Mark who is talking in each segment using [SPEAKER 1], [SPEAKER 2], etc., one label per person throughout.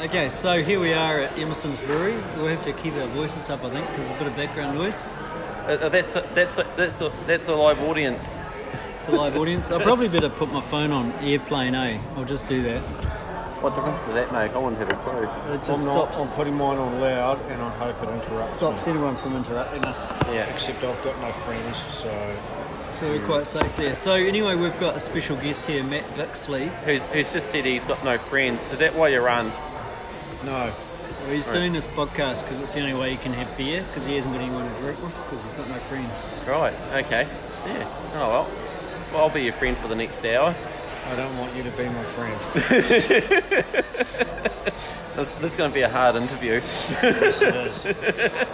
[SPEAKER 1] Okay, so here we are at Emerson's Brewery. We'll have to keep our voices up, I think, because there's a bit of background noise.
[SPEAKER 2] Uh, uh, that's, the, that's, the, that's, the, that's the live audience.
[SPEAKER 1] It's a live audience. I probably better put my phone on airplane, eh? I'll just do that.
[SPEAKER 2] What difference does that make? I wouldn't have a clue.
[SPEAKER 1] It just
[SPEAKER 3] I'm, not,
[SPEAKER 1] stops,
[SPEAKER 3] I'm putting mine on loud and I hope it interrupts.
[SPEAKER 1] stops
[SPEAKER 3] me.
[SPEAKER 1] anyone from interrupting us.
[SPEAKER 2] Yeah.
[SPEAKER 3] Except I've got no friends, so
[SPEAKER 1] So we're quite safe there. So anyway, we've got a special guest here, Matt Bixley.
[SPEAKER 2] Who's, who's just said he's got no friends. Is that why you're on?
[SPEAKER 3] no.
[SPEAKER 1] He's doing this podcast because it's the only way he can have beer because he hasn't got anyone to drink with because he's got no friends.
[SPEAKER 2] Right, okay. Yeah. Oh, well. well. I'll be your friend for the next hour.
[SPEAKER 3] I don't want you to be my friend.
[SPEAKER 2] This, this is going to be a hard interview.
[SPEAKER 3] Yes, it is.
[SPEAKER 2] So,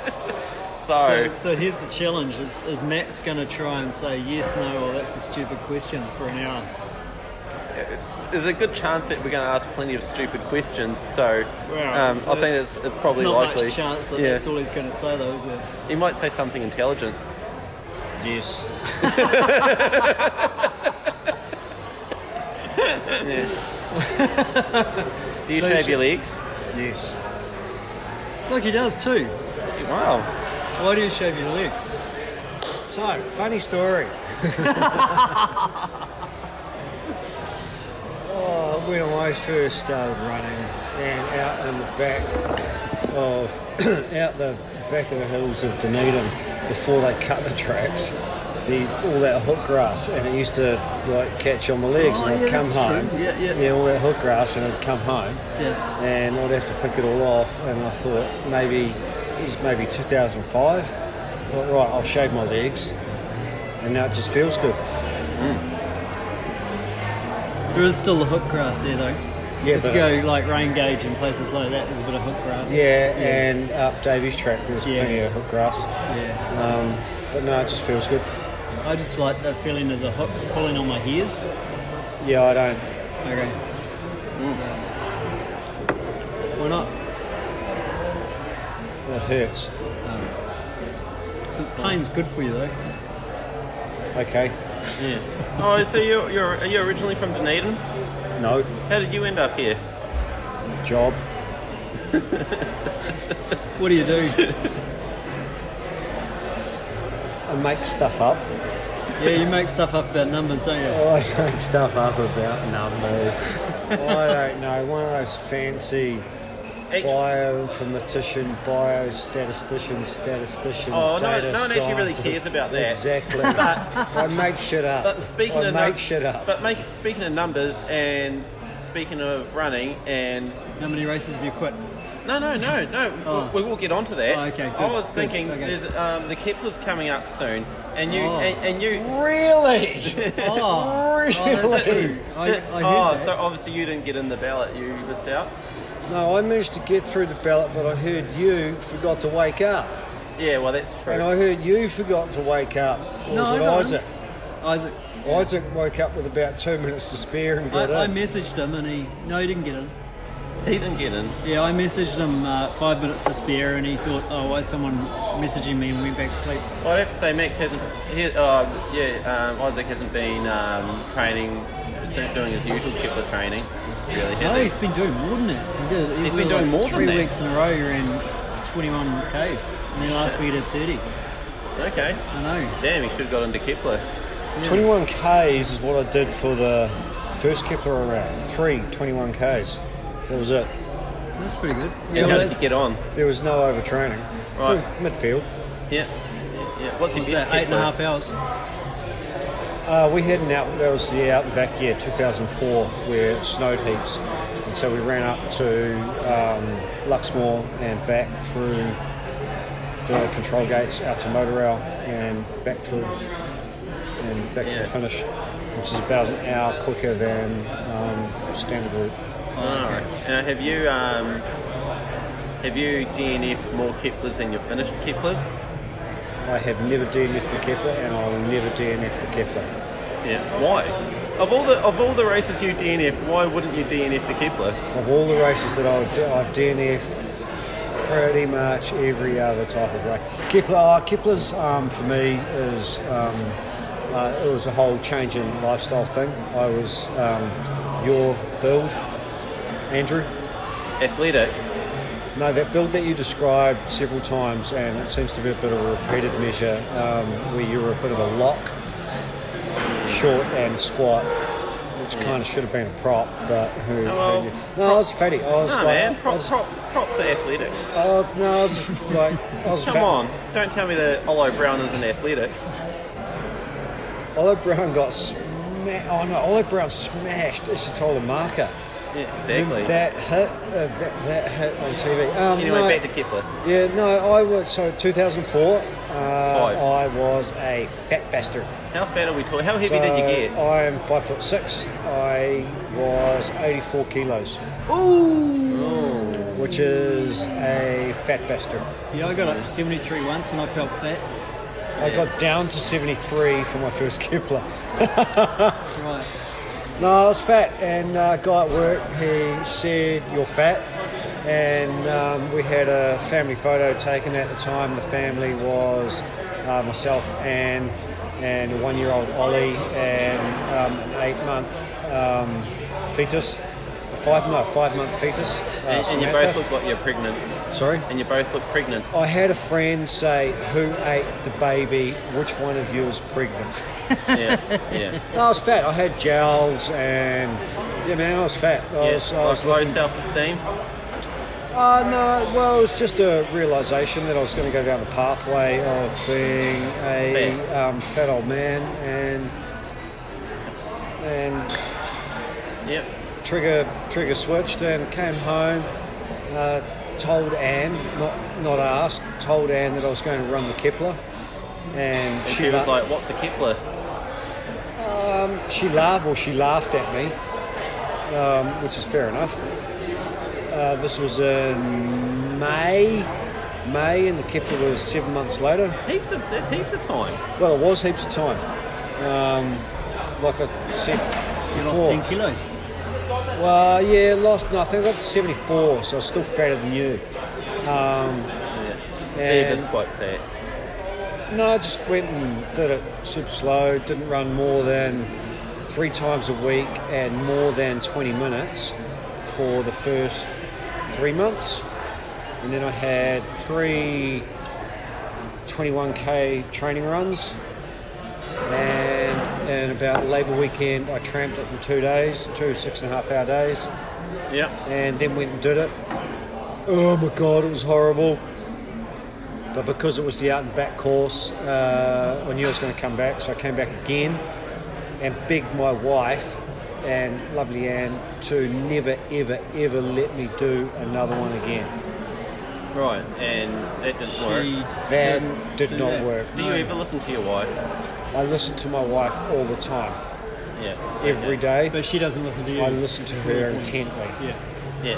[SPEAKER 1] So, so here's the challenge: is, is Matt's going to try and say yes, no, or that's a stupid question for an hour?
[SPEAKER 2] there's a good chance that we're going to ask plenty of stupid questions. So, um, I think it's, it's probably
[SPEAKER 1] not
[SPEAKER 2] likely.
[SPEAKER 1] much chance that
[SPEAKER 2] Yeah.
[SPEAKER 1] that's all he's going to say, though, is it?
[SPEAKER 2] He might say something intelligent.
[SPEAKER 3] Yes.
[SPEAKER 2] Do you
[SPEAKER 1] So
[SPEAKER 2] shave
[SPEAKER 1] she-
[SPEAKER 2] your legs?
[SPEAKER 3] Yes.
[SPEAKER 1] Look, he does too.
[SPEAKER 2] Wow.
[SPEAKER 1] Why do you shave your legs?
[SPEAKER 3] So, funny story. oh, when I first started running, and out in the back of out the back of the hills of Dunedin, before they cut the tracks, the all that hook grass, and it used to like catch on my legs,
[SPEAKER 1] Oh,
[SPEAKER 3] and I'd
[SPEAKER 1] yeah,
[SPEAKER 3] come
[SPEAKER 1] that's
[SPEAKER 3] home.
[SPEAKER 1] true. Yeah, yeah.
[SPEAKER 3] all that hook grass, and I'd come home
[SPEAKER 1] Yeah.
[SPEAKER 3] and I'd have to pick it all off. And I thought maybe it was maybe 2005. I thought right, I'll shave my legs, and now it just feels good.
[SPEAKER 1] There is still the hook grass there, though.
[SPEAKER 3] Yeah,
[SPEAKER 1] if
[SPEAKER 3] but-
[SPEAKER 1] you go like rain gauge and places like that, there's a bit of hook grass.
[SPEAKER 3] yeah, and up Davies Track there's
[SPEAKER 1] Yeah.
[SPEAKER 3] plenty of hook grass,
[SPEAKER 1] Yeah.
[SPEAKER 3] um, but no, it just feels good.
[SPEAKER 1] I just like the feeling of the hooks pulling on my hairs.
[SPEAKER 3] Yeah, I don't.
[SPEAKER 1] Okay. um, Why not?
[SPEAKER 3] It hurts.
[SPEAKER 1] So pain's good for you, though.
[SPEAKER 3] Okay,
[SPEAKER 1] Yeah.
[SPEAKER 2] Oh, so you're, you're, are you originally from Dunedin?
[SPEAKER 3] no
[SPEAKER 2] How did you end up here?
[SPEAKER 3] job.
[SPEAKER 1] What do you do?
[SPEAKER 3] I make stuff up.
[SPEAKER 1] yeah, you make stuff up about numbers, don't you?
[SPEAKER 3] I make stuff up about numbers. I don't know. One of those fancy
[SPEAKER 2] Actu-
[SPEAKER 3] bioinformatician, biostatistician, statistician.
[SPEAKER 2] Oh, no-
[SPEAKER 3] data
[SPEAKER 2] no one actually really
[SPEAKER 3] scientist.
[SPEAKER 2] cares about that.
[SPEAKER 3] Exactly. I make shit up.
[SPEAKER 2] But speaking
[SPEAKER 3] I
[SPEAKER 2] of
[SPEAKER 3] make
[SPEAKER 2] num-
[SPEAKER 3] shit up.
[SPEAKER 2] But make, speaking of numbers and speaking of running and
[SPEAKER 1] How many races have you quit?
[SPEAKER 2] no no no no
[SPEAKER 1] Oh.
[SPEAKER 2] we, we will get onto that.
[SPEAKER 1] Oh, okay, good,
[SPEAKER 2] I was
[SPEAKER 1] good,
[SPEAKER 2] thinking
[SPEAKER 1] okay.
[SPEAKER 2] there's um, the Kepler's coming up soon, and you
[SPEAKER 1] Oh.
[SPEAKER 2] and, and you.
[SPEAKER 3] really?
[SPEAKER 1] Oh, oh, that's
[SPEAKER 3] Really?
[SPEAKER 1] true. I, I
[SPEAKER 2] did-
[SPEAKER 1] heard
[SPEAKER 2] oh,
[SPEAKER 1] that.
[SPEAKER 2] so obviously you didn't get in the ballot. You missed out.
[SPEAKER 3] no, I managed to get through the ballot, but I heard you forgot to wake up,
[SPEAKER 2] Yeah, well that's true.
[SPEAKER 3] and I heard you forgot to wake up. Or
[SPEAKER 1] No,
[SPEAKER 3] was it
[SPEAKER 1] no.
[SPEAKER 3] Isaac?
[SPEAKER 1] Isaac,
[SPEAKER 3] Isaac woke up with about two minutes to spare and
[SPEAKER 1] I,
[SPEAKER 3] got
[SPEAKER 1] I
[SPEAKER 3] in.
[SPEAKER 1] messaged him and he no, he didn't get in.
[SPEAKER 2] he didn't get in.
[SPEAKER 1] Yeah, I messaged him uh, five minutes to spare, and he thought, oh, why is someone messaging me and went back to sleep?
[SPEAKER 2] Well, I'd have to say Max hasn't. He, uh, yeah, um, Isaac hasn't been um, training, do- doing his usual Kepler training. Really, has
[SPEAKER 1] No,
[SPEAKER 2] he?
[SPEAKER 1] he's been doing more than that. He did,
[SPEAKER 2] He's
[SPEAKER 1] did,
[SPEAKER 2] been doing
[SPEAKER 1] like,
[SPEAKER 2] more than
[SPEAKER 1] three
[SPEAKER 2] that.
[SPEAKER 1] weeks in a row. You're in 21 Ks, and then last week he did 30.
[SPEAKER 2] Okay.
[SPEAKER 1] I know.
[SPEAKER 2] Damn, he should have got into Kepler.
[SPEAKER 3] 21 Ks is what I did for the first Kepler around. Three 21 Ks. That was it.
[SPEAKER 1] That's pretty good.
[SPEAKER 2] Yeah,
[SPEAKER 1] well,
[SPEAKER 2] How did
[SPEAKER 1] that's-
[SPEAKER 2] he get on?
[SPEAKER 3] There was no overtraining.
[SPEAKER 2] Right.
[SPEAKER 3] Through midfield.
[SPEAKER 2] Yeah. Yeah. What's
[SPEAKER 1] What's
[SPEAKER 2] his best
[SPEAKER 1] that? Eight and a half hours.
[SPEAKER 3] Uh, we had an out, that was the out and back year, 2004, where it snowed heaps. And so we ran up to um, Luxmore and back through the control gates out to Motorrail and back through and back to
[SPEAKER 2] Yeah.
[SPEAKER 3] the finish, which is about an hour quicker than um, standard route.
[SPEAKER 2] Alright. Now, have you um, have you DNF more Keplers than your finished Keplers?
[SPEAKER 3] I have never DNF the Kepler and I will never DNF the Kepler.
[SPEAKER 2] Yeah. Why? Of all the of all the races you DNF, why wouldn't you DNF the Kepler?
[SPEAKER 3] Of all the races that I would do, I've DNF'd pretty much every other type of race. Kepler, oh, Kepler's um, for me is um, uh, it was a whole change in lifestyle thing. I was um, your build, Andrew.
[SPEAKER 2] athletic.
[SPEAKER 3] No, that build that you described several times, and it seems to be a bit of a repeated measure um, where you were a bit of a lock, short and squat, which kind of should have been a prop, but who?
[SPEAKER 2] well,
[SPEAKER 3] who knew? no, I was fatty. I was
[SPEAKER 2] No,
[SPEAKER 3] like,
[SPEAKER 2] man,
[SPEAKER 3] I
[SPEAKER 2] props,
[SPEAKER 3] was,
[SPEAKER 2] props, props are athletic.
[SPEAKER 3] uh, no, I was like, I was
[SPEAKER 2] Come
[SPEAKER 3] fat.
[SPEAKER 2] on, don't tell me that Olo Brown isn't athletic.
[SPEAKER 3] Olive Brown got smashed. Oh no, Olive Brown smashed Ishitola Marker.
[SPEAKER 2] Yeah, exactly.
[SPEAKER 3] That hit, uh, that, that hit on TV. Um,
[SPEAKER 2] anyway,
[SPEAKER 3] no,
[SPEAKER 2] back to Kepler.
[SPEAKER 3] Yeah, no, I was so 2004. Uh,
[SPEAKER 2] Five.
[SPEAKER 3] I was a fat bastard.
[SPEAKER 2] How fat are we talking? How heavy did you get?
[SPEAKER 3] I am five foot six. I was 84 kilos, Oh.
[SPEAKER 2] Ooh.
[SPEAKER 3] which is a fat bastard.
[SPEAKER 1] Yeah, I got up 73 once and I felt fat.
[SPEAKER 3] I got down to 73 for my first Kepler.
[SPEAKER 1] Right.
[SPEAKER 3] No, I was fat, and uh, guy at work he said you're fat, and um, we had a family photo taken at the time. The family was uh, myself and and one year old Ollie and um, an eight month um, fetus, five no five month fetus. Uh,
[SPEAKER 2] And, and you
[SPEAKER 3] Samantha.
[SPEAKER 2] both look like you're pregnant.
[SPEAKER 3] sorry.
[SPEAKER 2] And you both look pregnant.
[SPEAKER 3] I had a friend say, "Who ate the baby? Which one of you is pregnant?"
[SPEAKER 2] Yeah, yeah.
[SPEAKER 3] I was fat. I had gels and yeah, man, I was fat. I
[SPEAKER 2] yeah.
[SPEAKER 3] was, I
[SPEAKER 2] Like
[SPEAKER 3] was
[SPEAKER 2] low
[SPEAKER 3] looking-
[SPEAKER 2] self-esteem.
[SPEAKER 3] Uh, no, well, it was just a realization that I was going to go down the pathway of being a um, fat old man and and
[SPEAKER 2] Yep.
[SPEAKER 3] trigger trigger switched and came home. Uh, told Anne, not not asked, told Anne that I was going to run the Kepler, and,
[SPEAKER 2] And she was
[SPEAKER 3] la-
[SPEAKER 2] like, "What's the Kepler?"
[SPEAKER 3] she laughed. Well, she laughed at me, um, which is fair enough. Uh, this was in May. May and the Kepler was seven months later.
[SPEAKER 2] Heaps of that's heaps of time.
[SPEAKER 3] Well, it was heaps of time. Um, like I said
[SPEAKER 1] You
[SPEAKER 3] before.
[SPEAKER 1] lost 10 kilos.
[SPEAKER 3] Well, yeah, lost nothing. I got to 74, so I was still fatter than you. Um,
[SPEAKER 2] Yeah.
[SPEAKER 3] And-
[SPEAKER 2] Seb is quite fat.
[SPEAKER 3] No, I just went and did it super slow. Didn't run more than three times a week and more than 20 minutes for the first three months. And then I had three 21k training runs. And, and about Labor weekend, I tramped it in two days, two six and a half hour days
[SPEAKER 2] Yep.
[SPEAKER 3] and then went and did it. Oh my god, it was horrible. But because it was the out and back course, uh, I knew I was going to come back, so I came back again and begged my wife and lovely Anne to never, ever, ever let me do another one again.
[SPEAKER 2] Right. And that didn't
[SPEAKER 1] She
[SPEAKER 2] work.
[SPEAKER 3] That
[SPEAKER 1] didn't
[SPEAKER 3] did
[SPEAKER 1] do
[SPEAKER 3] not
[SPEAKER 1] that.
[SPEAKER 3] work.
[SPEAKER 2] Do you ever listen to your wife?
[SPEAKER 3] I listen to my wife all the time,
[SPEAKER 2] Yeah.
[SPEAKER 3] every day.
[SPEAKER 1] But she doesn't listen to you.
[SPEAKER 3] I listen to
[SPEAKER 1] Is
[SPEAKER 3] her
[SPEAKER 1] my point.
[SPEAKER 3] intently.
[SPEAKER 1] Yeah.
[SPEAKER 2] Yeah.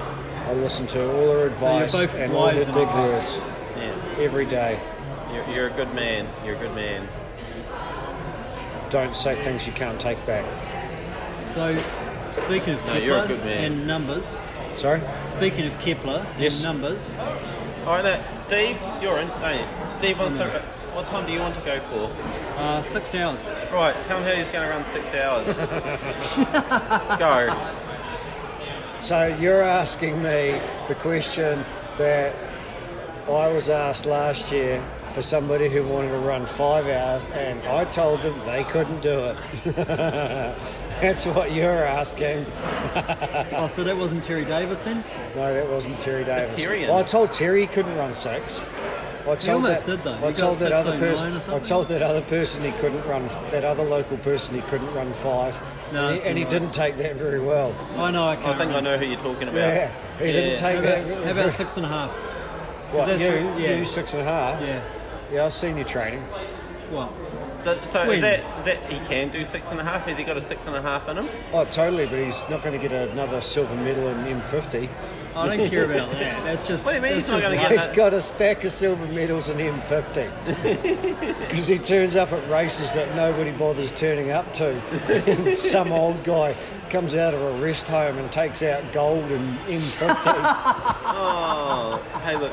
[SPEAKER 3] I listen to all her
[SPEAKER 1] you're
[SPEAKER 3] advice
[SPEAKER 1] both
[SPEAKER 3] and all her
[SPEAKER 1] wise
[SPEAKER 3] good
[SPEAKER 1] and
[SPEAKER 3] words
[SPEAKER 1] honest.
[SPEAKER 2] Yeah.
[SPEAKER 3] every day.
[SPEAKER 2] You're, you're a good man. You're a good man.
[SPEAKER 3] Don't say things you can't take back.
[SPEAKER 1] So, speaking of
[SPEAKER 2] No,
[SPEAKER 1] Kepler
[SPEAKER 2] you're a good man.
[SPEAKER 1] and numbers,
[SPEAKER 3] Sorry?
[SPEAKER 1] speaking of Kepler
[SPEAKER 3] Yes.
[SPEAKER 1] and numbers,
[SPEAKER 2] All right, now, Steve, you're in. Oh, yeah. Steve, what's the, what time do you want to go for?
[SPEAKER 1] uh, six hours.
[SPEAKER 2] Right, tell him how he's going to run six hours. go.
[SPEAKER 3] So you're asking me the question that I was asked last year for somebody who wanted to run five hours, and I told them they couldn't do it. That's what you're asking.
[SPEAKER 1] Oh, so that wasn't Terry Davis then?
[SPEAKER 3] No, that wasn't Terry Davis.
[SPEAKER 2] Terry in?
[SPEAKER 3] Well, I told Terry he couldn't run six. I told
[SPEAKER 1] almost
[SPEAKER 3] that,
[SPEAKER 1] did, though.
[SPEAKER 3] I
[SPEAKER 1] He
[SPEAKER 3] told
[SPEAKER 1] got
[SPEAKER 3] that
[SPEAKER 1] 609
[SPEAKER 3] other
[SPEAKER 1] or
[SPEAKER 3] person. I
[SPEAKER 1] something.
[SPEAKER 3] told that other person he couldn't run. That other local person he couldn't run five.
[SPEAKER 1] No,
[SPEAKER 3] and
[SPEAKER 1] it's
[SPEAKER 3] he, and he
[SPEAKER 1] all right.
[SPEAKER 3] didn't take that very well.
[SPEAKER 1] I know I
[SPEAKER 2] I
[SPEAKER 1] can't
[SPEAKER 2] think I
[SPEAKER 1] remember
[SPEAKER 2] know who you're
[SPEAKER 1] six.
[SPEAKER 2] talking about.
[SPEAKER 3] Yeah, he didn't
[SPEAKER 1] How
[SPEAKER 3] take that.
[SPEAKER 1] about, how about six and a half?
[SPEAKER 3] What,
[SPEAKER 1] that's
[SPEAKER 3] you,
[SPEAKER 1] what- yeah.
[SPEAKER 3] you six and a half.
[SPEAKER 1] Yeah.
[SPEAKER 3] Yeah, I've seen you training.
[SPEAKER 1] Well,
[SPEAKER 2] Th- So is
[SPEAKER 1] When?
[SPEAKER 2] that, is that he can do six and a half? Has he got a six and a half in him?
[SPEAKER 3] Oh, totally, but he's not going to get another silver medal in M50.
[SPEAKER 1] I don't care about that. That's just.
[SPEAKER 2] What do you mean
[SPEAKER 1] that's
[SPEAKER 2] he's not
[SPEAKER 1] just
[SPEAKER 2] gonna
[SPEAKER 1] luck.
[SPEAKER 2] get
[SPEAKER 3] He's got a stack of silver medals in M50 because he turns up at races that nobody bothers turning up to. And some old guy comes out of a rest home and takes out gold and M50s.
[SPEAKER 2] Oh, hey, look.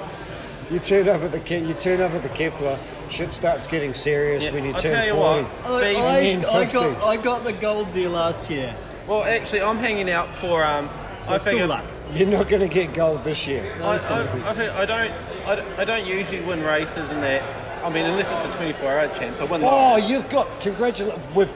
[SPEAKER 3] you turn up at the Ke- you turn up at the Kepler, shit starts getting serious
[SPEAKER 2] Yeah,
[SPEAKER 3] when you
[SPEAKER 2] I'll
[SPEAKER 3] turn
[SPEAKER 2] tell you
[SPEAKER 3] 40.
[SPEAKER 2] what. Steve,
[SPEAKER 1] I, I,
[SPEAKER 3] in
[SPEAKER 1] I
[SPEAKER 3] 50.
[SPEAKER 1] got I got the gold there last year.
[SPEAKER 2] Well, actually, I'm hanging out for um,
[SPEAKER 1] So
[SPEAKER 2] I
[SPEAKER 1] it's still
[SPEAKER 2] figure-
[SPEAKER 1] luck.
[SPEAKER 3] You're not going to get gold this year.
[SPEAKER 2] I, I, I, think- I don't. I, don't- I don't usually win races in that. I mean, unless it's a 24-hour chance, I win. Uh, the-
[SPEAKER 3] Oh, you've got congratulations. We've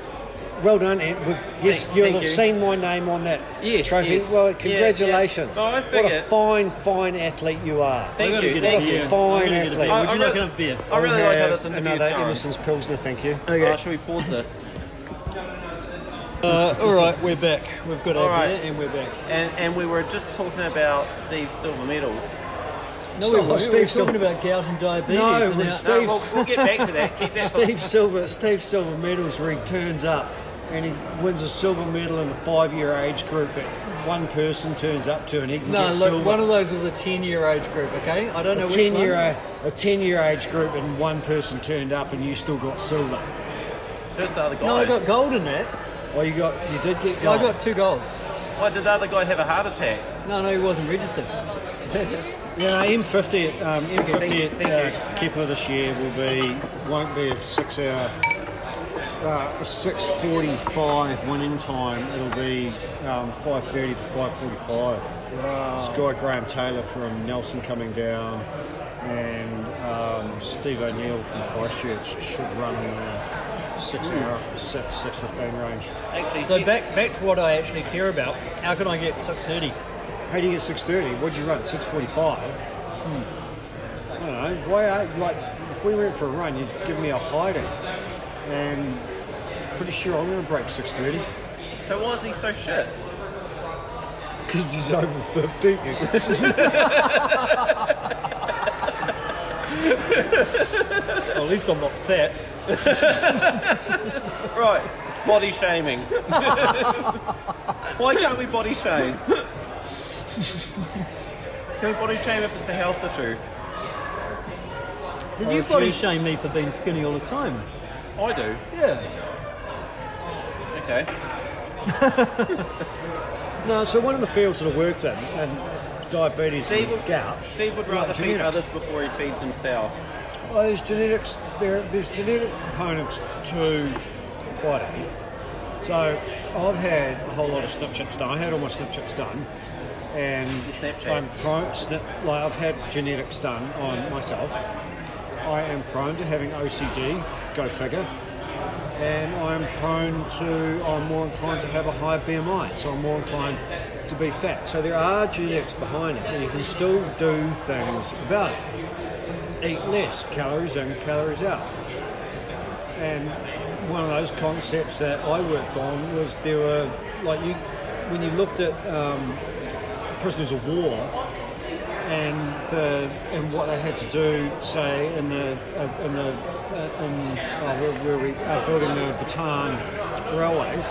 [SPEAKER 3] well done, and we've, yes,
[SPEAKER 2] Thank-
[SPEAKER 3] you'll
[SPEAKER 2] thank
[SPEAKER 3] have
[SPEAKER 2] you.
[SPEAKER 3] seen my name on that
[SPEAKER 2] Yes,
[SPEAKER 3] trophy.
[SPEAKER 2] yes.
[SPEAKER 3] Well,
[SPEAKER 2] Yeah,
[SPEAKER 3] congratulations.
[SPEAKER 2] yeah. Oh, I
[SPEAKER 3] what a
[SPEAKER 2] figured.
[SPEAKER 3] fine, fine athlete you are.
[SPEAKER 2] Thank
[SPEAKER 1] We're gonna
[SPEAKER 2] you,
[SPEAKER 1] get
[SPEAKER 2] thank
[SPEAKER 1] a
[SPEAKER 3] you.
[SPEAKER 1] beer.
[SPEAKER 3] Fine
[SPEAKER 1] We're gonna get a beer.
[SPEAKER 3] athlete.
[SPEAKER 1] Would you
[SPEAKER 2] I
[SPEAKER 1] like
[SPEAKER 2] re-
[SPEAKER 1] another beer?
[SPEAKER 2] I really like how this
[SPEAKER 3] Have
[SPEAKER 2] interview's
[SPEAKER 3] Another
[SPEAKER 2] going.
[SPEAKER 3] Emerson's Pilsner, thank you.
[SPEAKER 1] Okay.
[SPEAKER 2] Oh, should we pause this?
[SPEAKER 1] Uh, all right, we're back. We've got our
[SPEAKER 2] All right.
[SPEAKER 1] beer and we're back.
[SPEAKER 2] And and we were just talking about Steve's silver medals.
[SPEAKER 1] No,
[SPEAKER 3] Stop,
[SPEAKER 1] we weren't. we were
[SPEAKER 3] Steve, stop.
[SPEAKER 1] talking about gout and diabetes.
[SPEAKER 3] No,
[SPEAKER 1] and
[SPEAKER 3] we're
[SPEAKER 1] how-
[SPEAKER 3] still-
[SPEAKER 2] No,
[SPEAKER 3] Steve's-
[SPEAKER 2] we'll, we'll get back to that. Keep that.
[SPEAKER 3] Steve Silver, Steve Silver medals rig turns up, and he wins a silver medal in a five-year age group. That one person turns up to, and he can
[SPEAKER 1] No,
[SPEAKER 3] get
[SPEAKER 1] look,
[SPEAKER 3] silver.
[SPEAKER 1] one of those was a 10 year age group, okay? I don't know
[SPEAKER 3] a
[SPEAKER 1] which
[SPEAKER 3] ten
[SPEAKER 1] one.
[SPEAKER 3] year a ten year age group, and one person turned up, and you still got silver.
[SPEAKER 2] Who's the other guy?
[SPEAKER 1] No, I got gold in that.
[SPEAKER 3] Well, you got you did get
[SPEAKER 1] I
[SPEAKER 3] gold.
[SPEAKER 1] got two golds.
[SPEAKER 2] Why did the other guy have a heart attack?
[SPEAKER 1] No, no, he wasn't registered.
[SPEAKER 3] Yeah, M50, um, M50
[SPEAKER 2] thank you, thank
[SPEAKER 3] uh, Kepler this year will be won't be a six hour, uh, a six forty five winning time. It'll be um, five thirty to five forty five. Wow. It's Guy Graham Taylor from Nelson coming down, and um, Steve O'Neill from Christchurch should run in the six hour six six fifteen range.
[SPEAKER 2] Actually,
[SPEAKER 1] So
[SPEAKER 2] he-
[SPEAKER 1] back back to what I actually care about. How can I get 630?
[SPEAKER 3] How do you get six thirty? What'd you run? Six forty five. I don't know. Why? I, like, if we went for a run, you'd give me a hiding, and pretty sure I'm going to break six thirty
[SPEAKER 2] So why is he so shit?
[SPEAKER 3] because he's over fifty.
[SPEAKER 1] Well, at least I'm not fat.
[SPEAKER 2] Right, body shaming. Why can't we body shame? Can we body shame if it's the health issue?
[SPEAKER 1] Does
[SPEAKER 3] Or
[SPEAKER 1] you
[SPEAKER 3] if
[SPEAKER 1] body
[SPEAKER 3] you-
[SPEAKER 1] shame me for being skinny all the time?
[SPEAKER 2] I do.
[SPEAKER 1] Yeah.
[SPEAKER 2] Okay.
[SPEAKER 3] no, so one of the fields that I worked in, and diabetes
[SPEAKER 2] Steve
[SPEAKER 3] and
[SPEAKER 2] would,
[SPEAKER 3] gout.
[SPEAKER 2] Steve would
[SPEAKER 3] like
[SPEAKER 2] rather feed
[SPEAKER 3] genetics.
[SPEAKER 2] others before he feeds himself.
[SPEAKER 3] Well, there's genetics. There, there's genetic components to body. So I've had a whole lot of snip chips done. I had all my snip chips done, and
[SPEAKER 2] Your Snapchats.
[SPEAKER 3] I'm prone. Snip, like I've had genetics done on myself. I am prone to having OCD. Go figure. And I'm prone to. I'm more inclined to have a high BMI. So I'm more inclined to be fat. So there are genetics behind it, and you can still do things about it eat less, calories in, calories out. And one of those concepts that I worked on was there were like you when you looked at um, prisoners of war and the and what they had to do, say in the uh, in the uh, in oh, where, where we uh, building the Bataan railway.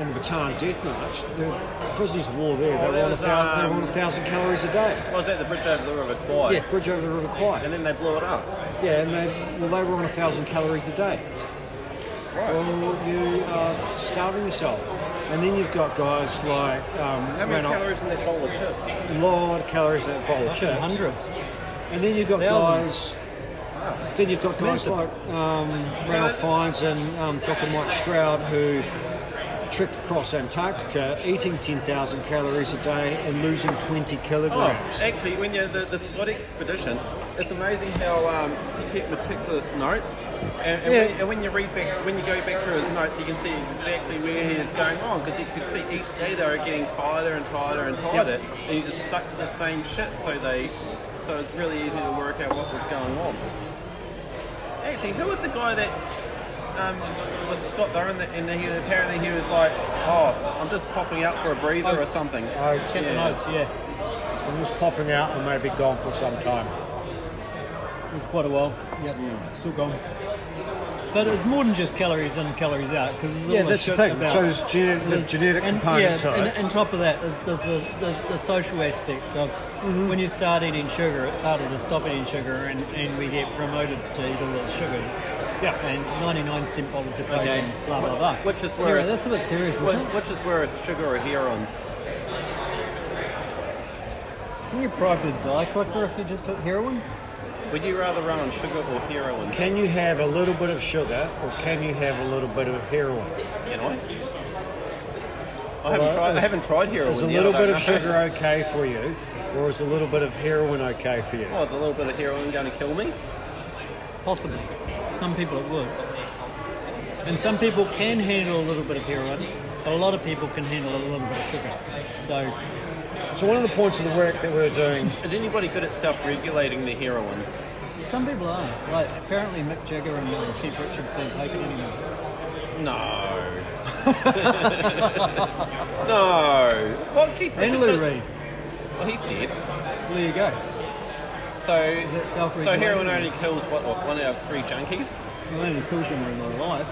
[SPEAKER 3] In the Bataan death march, the prisoners of war there,
[SPEAKER 2] Oh, there
[SPEAKER 3] they, were on a
[SPEAKER 2] was,
[SPEAKER 3] thou- they were
[SPEAKER 2] um,
[SPEAKER 3] on a thousand calories a day.
[SPEAKER 2] Was that the bridge over the River Kwai?
[SPEAKER 3] Yeah, bridge over the River Kwai.
[SPEAKER 2] And then they blew it up.
[SPEAKER 3] Yeah, and they, well, they were on a thousand calories a day. Well, you are starving yourself, and then you've got guys like um,
[SPEAKER 2] How many calories in that bowl of chips?
[SPEAKER 3] a lot of calories in that bowl of
[SPEAKER 1] Fucking
[SPEAKER 3] chips,
[SPEAKER 1] Hundreds.
[SPEAKER 3] and then you've got
[SPEAKER 1] Thousands.
[SPEAKER 3] guys. Then you've got guys
[SPEAKER 1] massive.
[SPEAKER 3] like um, Ralph Fiennes and um, Dr. Mike Stroud who trekked across Antarctica, eating ten thousand calories a day and losing twenty
[SPEAKER 2] Oh,
[SPEAKER 3] kilograms.
[SPEAKER 2] actually, when you're the, the Scott expedition, it's amazing how um, you keep meticulous notes. And, and,
[SPEAKER 3] Yeah.
[SPEAKER 2] when, and when you read back, when you go back through his notes, you can see exactly where he is going wrong because you could see each day they were getting tireder and tireder and tireder, and you just stuck to the same shit. So they, so it's really easy to work out what was going on. Actually, who was the guy that um, was Scott there, and, the, and he, apparently he was like, "Oh, I'm just popping out for a breather or
[SPEAKER 1] Oates.
[SPEAKER 2] something."
[SPEAKER 3] Oates,
[SPEAKER 2] Yeah.
[SPEAKER 1] Yeah. Notes, yeah.
[SPEAKER 3] I'm just popping out and maybe gone for some time.
[SPEAKER 1] It was quite a while. Yep. Still gone. But it's more than just calories in, calories out, because there's all
[SPEAKER 3] Yeah,
[SPEAKER 1] that
[SPEAKER 3] that's the
[SPEAKER 1] shit
[SPEAKER 3] thing.
[SPEAKER 1] about-
[SPEAKER 3] So there's gene- the
[SPEAKER 1] There's-
[SPEAKER 3] genetic
[SPEAKER 1] and,
[SPEAKER 3] component
[SPEAKER 1] yeah,
[SPEAKER 3] to
[SPEAKER 1] and,
[SPEAKER 3] it.
[SPEAKER 1] and top of that, there's, there's, the, there's the social aspects of
[SPEAKER 3] Mm-hmm.
[SPEAKER 1] when you start eating sugar, it's harder to stop eating sugar, and, and we get promoted to eat all that sugar.
[SPEAKER 3] Yeah.
[SPEAKER 1] And 99 cent bottles of coke
[SPEAKER 2] Okay.
[SPEAKER 1] and blah, blah, blah.
[SPEAKER 2] Which is
[SPEAKER 1] Yeah,
[SPEAKER 2] worse.
[SPEAKER 1] that's a bit serious, isn't it?
[SPEAKER 2] Wh- Which is where it's sugar or heroin.
[SPEAKER 1] Can you probably die quicker if you just took heroin?
[SPEAKER 2] Would you rather run on sugar or heroin?
[SPEAKER 3] Can you have a little bit of sugar or can you have a little bit of heroin?
[SPEAKER 2] You know? I haven't tried. I haven't tried heroin.
[SPEAKER 3] Is a
[SPEAKER 2] yet,
[SPEAKER 3] little
[SPEAKER 2] I don't
[SPEAKER 3] bit of
[SPEAKER 2] know.
[SPEAKER 3] sugar okay for you, or is a little bit of heroin okay for you?
[SPEAKER 2] Oh, is a little bit of heroin going to kill me?
[SPEAKER 1] Possibly. Some people it would. And some people can handle a little bit of heroin, but a lot of people can handle a little bit of sugar. So
[SPEAKER 3] Oh, So one of the points of the work that we were doing,
[SPEAKER 2] Is anybody good at self-regulating the heroin?
[SPEAKER 1] some people are. Like apparently Mick Jagger and uh, Keith Richards don't take it anymore.
[SPEAKER 2] No. no. Well, Keith
[SPEAKER 1] And
[SPEAKER 2] Richards-
[SPEAKER 1] Lou Reed.
[SPEAKER 2] Well, he's dead.
[SPEAKER 1] Well, there you go.
[SPEAKER 2] So,
[SPEAKER 1] that
[SPEAKER 2] so
[SPEAKER 1] self-regulating?
[SPEAKER 2] heroin only kills what, what, one out of three junkies.
[SPEAKER 1] Well, only kills them in my life.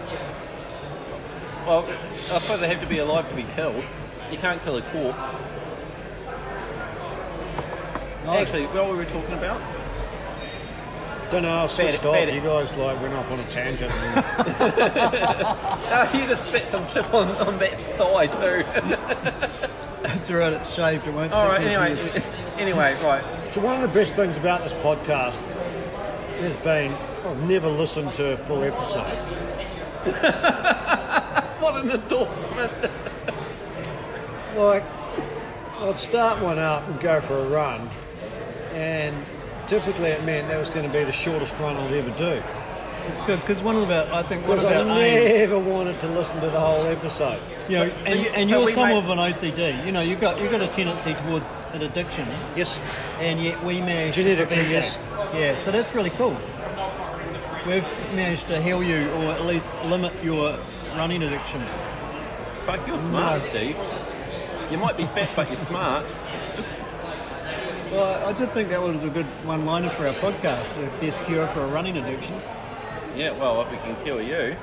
[SPEAKER 2] Well, I suppose they have to be alive to be killed. You can't kill a corpse.
[SPEAKER 3] Oh.
[SPEAKER 1] No.
[SPEAKER 2] Actually, what were we talking about?
[SPEAKER 3] don't know, I switched
[SPEAKER 2] Fed it,
[SPEAKER 3] off.
[SPEAKER 2] fed it.
[SPEAKER 3] You guys like went off on a tangent. And
[SPEAKER 2] Oh, he just spit some chip on, on Matt's thigh too.
[SPEAKER 1] it's alright, it's shaved, it won't stick
[SPEAKER 2] All right.
[SPEAKER 1] to his
[SPEAKER 2] Anyway,
[SPEAKER 1] ears.
[SPEAKER 2] anyway, right.
[SPEAKER 3] So one of the best things about this podcast has been I've never listened to a full episode.
[SPEAKER 2] What an endorsement.
[SPEAKER 3] Like, I'd start one up and go for a run, and typically it meant that was going to be the shortest run I'd ever do
[SPEAKER 1] It's good because one of the I think one
[SPEAKER 3] because
[SPEAKER 1] of
[SPEAKER 3] I
[SPEAKER 1] our aims,
[SPEAKER 3] never wanted to listen to the whole episode.
[SPEAKER 1] you know, and,
[SPEAKER 2] you-
[SPEAKER 1] and
[SPEAKER 2] so
[SPEAKER 1] you're
[SPEAKER 2] we
[SPEAKER 1] some
[SPEAKER 2] made-
[SPEAKER 1] of an OCD. You know, you've got you've got a tendency towards an addiction,
[SPEAKER 3] Yes,
[SPEAKER 1] and yet we managed
[SPEAKER 3] Genetic,
[SPEAKER 1] to prevent
[SPEAKER 3] yes.
[SPEAKER 1] that. Yeah, so that's really cool. We've managed to heal you, or at least limit your running addiction.
[SPEAKER 2] Fuck, you're smart, Steve. You might be fat, but you're smart.
[SPEAKER 1] Well, I did think that was a good one-liner for our podcast. The best cure for a running addiction.
[SPEAKER 2] Yeah, well, if we can kill you.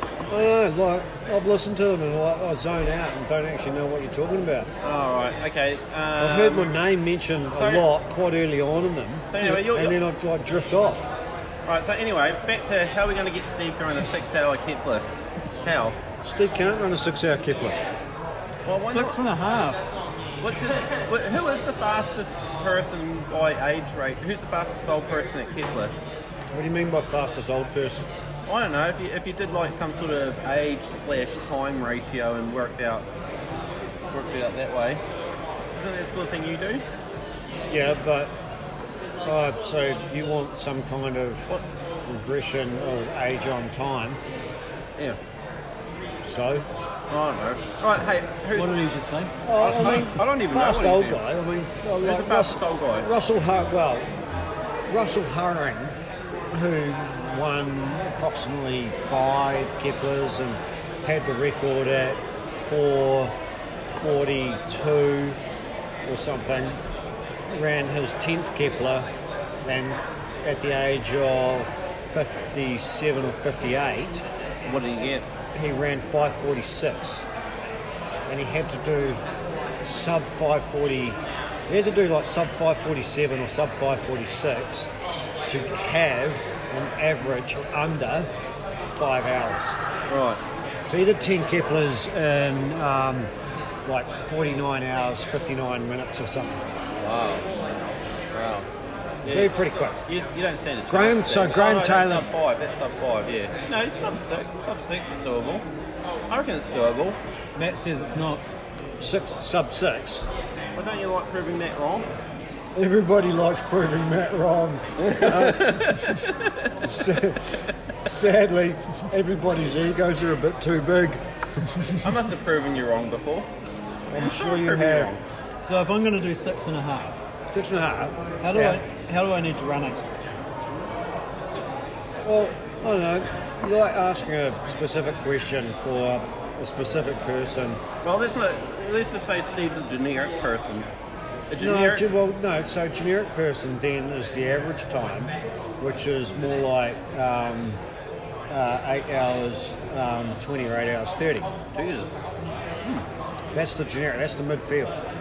[SPEAKER 3] I know, like I've listened to them and I, I zone out and don't actually know what you're talking about.
[SPEAKER 2] All right, okay. Um,
[SPEAKER 3] I've heard my name mentioned a
[SPEAKER 2] sorry.
[SPEAKER 3] lot quite early on in them,
[SPEAKER 2] So anyway, you're-
[SPEAKER 3] and then I'd like drift off.
[SPEAKER 2] Right, so anyway, back to how are we going to get Steve throwing a six-hour Kepler? How?
[SPEAKER 3] Steve can't run a six-hour Kepler.
[SPEAKER 2] Well, why
[SPEAKER 1] Six
[SPEAKER 2] not?
[SPEAKER 1] and a half.
[SPEAKER 2] What's his, what, who is the fastest person by age rate? Who's the fastest old person at Kepler?
[SPEAKER 3] What do you mean by fastest old person?
[SPEAKER 2] I don't know. If you, if you did like some sort of age slash time ratio and worked out worked it out that way, isn't that the sort of thing you do?
[SPEAKER 3] Yeah, but uh, so you want some kind of
[SPEAKER 2] What?
[SPEAKER 3] regression of age on time.
[SPEAKER 2] Yeah.
[SPEAKER 3] So
[SPEAKER 2] I don't know. All right, hey, who's
[SPEAKER 1] What did he just say?
[SPEAKER 2] I mean, I don't even know
[SPEAKER 3] fast
[SPEAKER 2] what he
[SPEAKER 3] old
[SPEAKER 2] did.
[SPEAKER 3] guy. I mean, well,
[SPEAKER 2] a
[SPEAKER 3] like
[SPEAKER 2] fast
[SPEAKER 3] Russell,
[SPEAKER 2] old guy?
[SPEAKER 3] Russell Har- well, Russell Haring, who won approximately five Keplers and had the record at four forty-two or something, ran his tenth Kepler, and at the age of fifty-seven or fifty-eight.
[SPEAKER 2] What did he get?
[SPEAKER 3] he ran 546 and he had to do sub 540 he had to do like sub 547 or sub 546 to have an average under five hours
[SPEAKER 2] Right.
[SPEAKER 3] so he did 10 keplers in um, like 49 hours 59 minutes or something
[SPEAKER 2] Wow.
[SPEAKER 3] so he pretty quick
[SPEAKER 2] You, you don't stand a chance.
[SPEAKER 3] Graham-
[SPEAKER 2] Steve.
[SPEAKER 3] so Graham
[SPEAKER 2] oh, no,
[SPEAKER 3] Taylor-
[SPEAKER 2] That's sub five. That's sub five. Yeah. No, sub six. Sub six is doable. I reckon it's doable.
[SPEAKER 1] Matt says it's not.
[SPEAKER 3] six, sub six
[SPEAKER 2] Why don't you like proving that wrong?
[SPEAKER 3] Everybody likes proving Matt wrong. Um, sa- sadly, everybody's egos are a bit too big.
[SPEAKER 2] I must have proven you wrong before.
[SPEAKER 3] I'm sure you
[SPEAKER 2] Prove me
[SPEAKER 3] have.
[SPEAKER 2] wrong.
[SPEAKER 1] So if I'm going to do six and a half,
[SPEAKER 3] Six and a half.
[SPEAKER 1] how do
[SPEAKER 3] Yeah.
[SPEAKER 1] I how do I need to run it?
[SPEAKER 3] Well, I don't know. You like asking a specific question for a specific person.
[SPEAKER 2] Well, let's not. Let's just say Steve's a generic person. A
[SPEAKER 3] No,
[SPEAKER 2] generic.
[SPEAKER 3] ge- well, no. So generic person then is the average time, which is more like um, uh, eight hours um, twenty or eight hours thirty.
[SPEAKER 2] Jesus.
[SPEAKER 3] That's the generic. That's the midfield.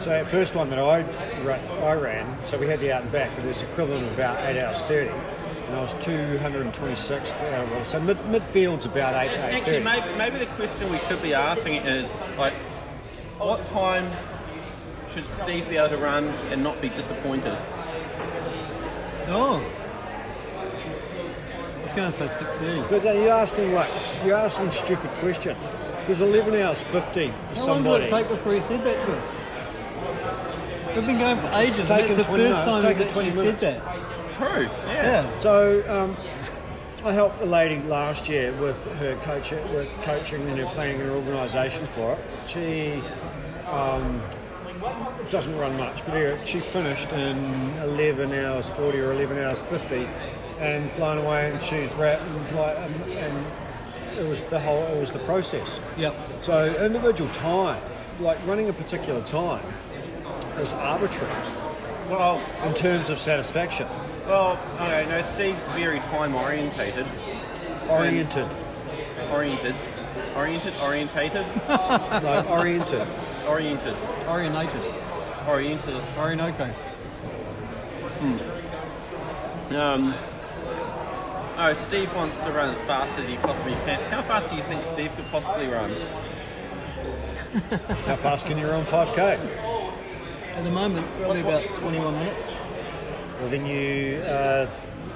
[SPEAKER 3] So that first one that I ra- I ran, so we had the out and back, it was equivalent of about eight hours thirty, and I was two hundred and twenty sixth. So mid, midfield's about eight to eight
[SPEAKER 2] Actually,
[SPEAKER 3] thirty.
[SPEAKER 2] maybe, maybe the question we should be asking is like, what time should Steve be able to run and not be disappointed?
[SPEAKER 1] Oh, it's going to say 16.
[SPEAKER 3] But you're asking like you're asking stupid questions because 11 hours 50
[SPEAKER 1] How
[SPEAKER 3] for
[SPEAKER 1] long did
[SPEAKER 3] somebody.
[SPEAKER 1] it take before he said that to us? We've been going for ages. and
[SPEAKER 3] taken
[SPEAKER 1] That's the
[SPEAKER 3] 20
[SPEAKER 1] first
[SPEAKER 3] minutes.
[SPEAKER 1] time he's
[SPEAKER 3] Taken
[SPEAKER 1] actually
[SPEAKER 3] 20
[SPEAKER 1] said
[SPEAKER 3] minutes.
[SPEAKER 1] that.
[SPEAKER 2] True.
[SPEAKER 1] Yeah.
[SPEAKER 3] So um, I helped a lady last year with her coaching, with coaching and her planning and her organisation for it. She um, doesn't run much, but anyway, she finished in 11 hours 40 or 11 hours 50, and blown away. And she's wrapped and, like, um, and it was the whole, it was the process.
[SPEAKER 1] Yep.
[SPEAKER 3] So individual time, like running a particular time, is arbitrary
[SPEAKER 2] Well,
[SPEAKER 3] in terms of satisfaction,
[SPEAKER 2] well, you know, no, Steve's very time orientated,
[SPEAKER 3] oriented,
[SPEAKER 2] oriented, oriented, orientated,
[SPEAKER 3] like oriented.
[SPEAKER 2] oriented,
[SPEAKER 1] Orionated.
[SPEAKER 2] oriented.
[SPEAKER 1] Orinoco.
[SPEAKER 2] Um, no, Oh, Steve wants to run as fast as he possibly can. How fast do you think Steve could possibly run?
[SPEAKER 3] How fast can you run 5k?
[SPEAKER 1] At the moment, probably about 21 minutes.
[SPEAKER 3] Well, then you uh,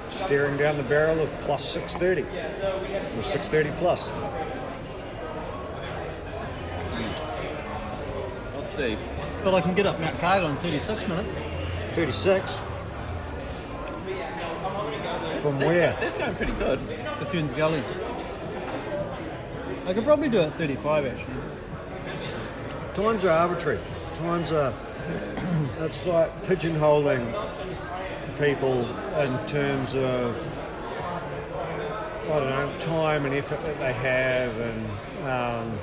[SPEAKER 3] staring down the barrel of plus 630 or 630 plus.
[SPEAKER 2] Well, Steve,
[SPEAKER 1] But I can get up Mount Cargill in 36 minutes.
[SPEAKER 3] 36
[SPEAKER 2] Oh,
[SPEAKER 3] from where?
[SPEAKER 2] that's going pretty good.
[SPEAKER 1] Bethune's Gully. I could probably do it at 35 actually.
[SPEAKER 3] Times are arbitrary. Times are it's like pigeonholing people in terms of I don't know time and effort that they have and um,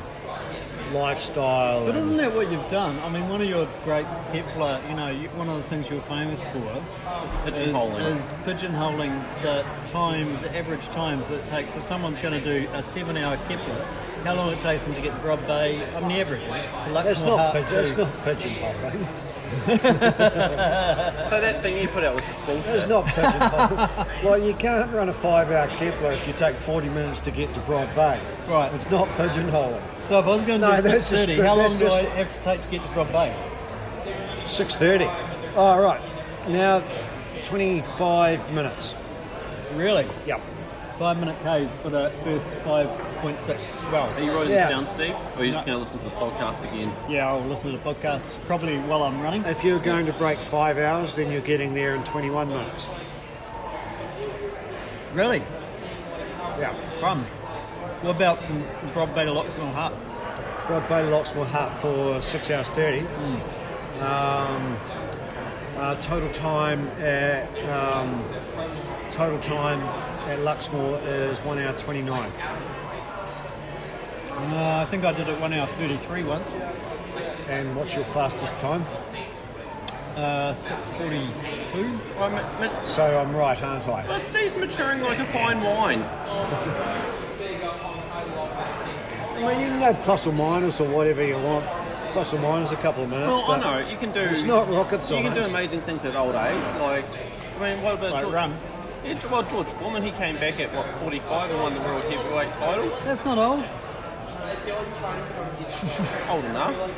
[SPEAKER 3] lifestyle.
[SPEAKER 1] But
[SPEAKER 3] and-
[SPEAKER 1] isn't that what you've done? I mean, one of your great Kepler, you know, you, one of the things you're famous for is,
[SPEAKER 2] Pigeonholing.
[SPEAKER 1] is pigeonholing the times, average times it takes. If someone's going to do a seven hour Kepler, how long it takes them to get to Grub Bay, I mean, the average is, to
[SPEAKER 3] That's
[SPEAKER 1] Luxmore
[SPEAKER 3] not,
[SPEAKER 1] Park
[SPEAKER 3] pigeon,
[SPEAKER 1] to-
[SPEAKER 3] that's not pigeonholing.
[SPEAKER 2] So that thing you put out was bullshit.
[SPEAKER 3] That's not pigeonholing. like you can't run a five-hour Kepler if you take 40 minutes to get to Broad Bay.
[SPEAKER 1] Right.
[SPEAKER 3] It's not pigeonholing.
[SPEAKER 1] So if I was going to
[SPEAKER 3] No,
[SPEAKER 1] do
[SPEAKER 3] that's just-
[SPEAKER 1] 6.30, how long
[SPEAKER 3] that's
[SPEAKER 1] do I
[SPEAKER 3] just-
[SPEAKER 1] have to take to get to Grub Bay?
[SPEAKER 3] 6:30. All right. Now, 25 minutes.
[SPEAKER 1] Really?
[SPEAKER 3] Yep.
[SPEAKER 1] Five minute Ks for the first 5.6.
[SPEAKER 2] Are
[SPEAKER 1] Well,
[SPEAKER 2] you writing
[SPEAKER 3] Yeah.
[SPEAKER 2] this down, Steve? Or are you just going to listen to the podcast again?
[SPEAKER 1] yeah, I'll listen to the podcast probably while I'm running.
[SPEAKER 3] If you're going to break five hours, then you're getting there in 21 minutes.
[SPEAKER 1] Really?
[SPEAKER 3] Yeah.
[SPEAKER 1] Crumbs. What about from Rob Vader Lockdown Heart?
[SPEAKER 3] Broad Bay Locksmore Hut for six hours 30. Um, uh, total time at um, total time at Luxmore is one hour 29.
[SPEAKER 1] Uh, I think I did it 1 hour 33 once.
[SPEAKER 3] And what's your fastest time?
[SPEAKER 1] Uh, 6.42.
[SPEAKER 2] Well, ma- ma-
[SPEAKER 3] So I'm right, aren't I?
[SPEAKER 2] well, Steve's maturing like a fine wine.
[SPEAKER 3] I mean, you can go plus or minus or whatever you want. Plus or minus a couple of minutes.
[SPEAKER 2] Well,
[SPEAKER 3] but
[SPEAKER 2] I know you can do.
[SPEAKER 3] It's not rocket
[SPEAKER 2] You can
[SPEAKER 3] science.
[SPEAKER 2] do amazing things at old age. Like, I mean, what about
[SPEAKER 1] Like
[SPEAKER 2] George,
[SPEAKER 1] run.
[SPEAKER 2] Yeah, Ge- well, George Foreman, he came back at what 45 and won the world heavyweight title.
[SPEAKER 1] That's not old.
[SPEAKER 2] Old enough.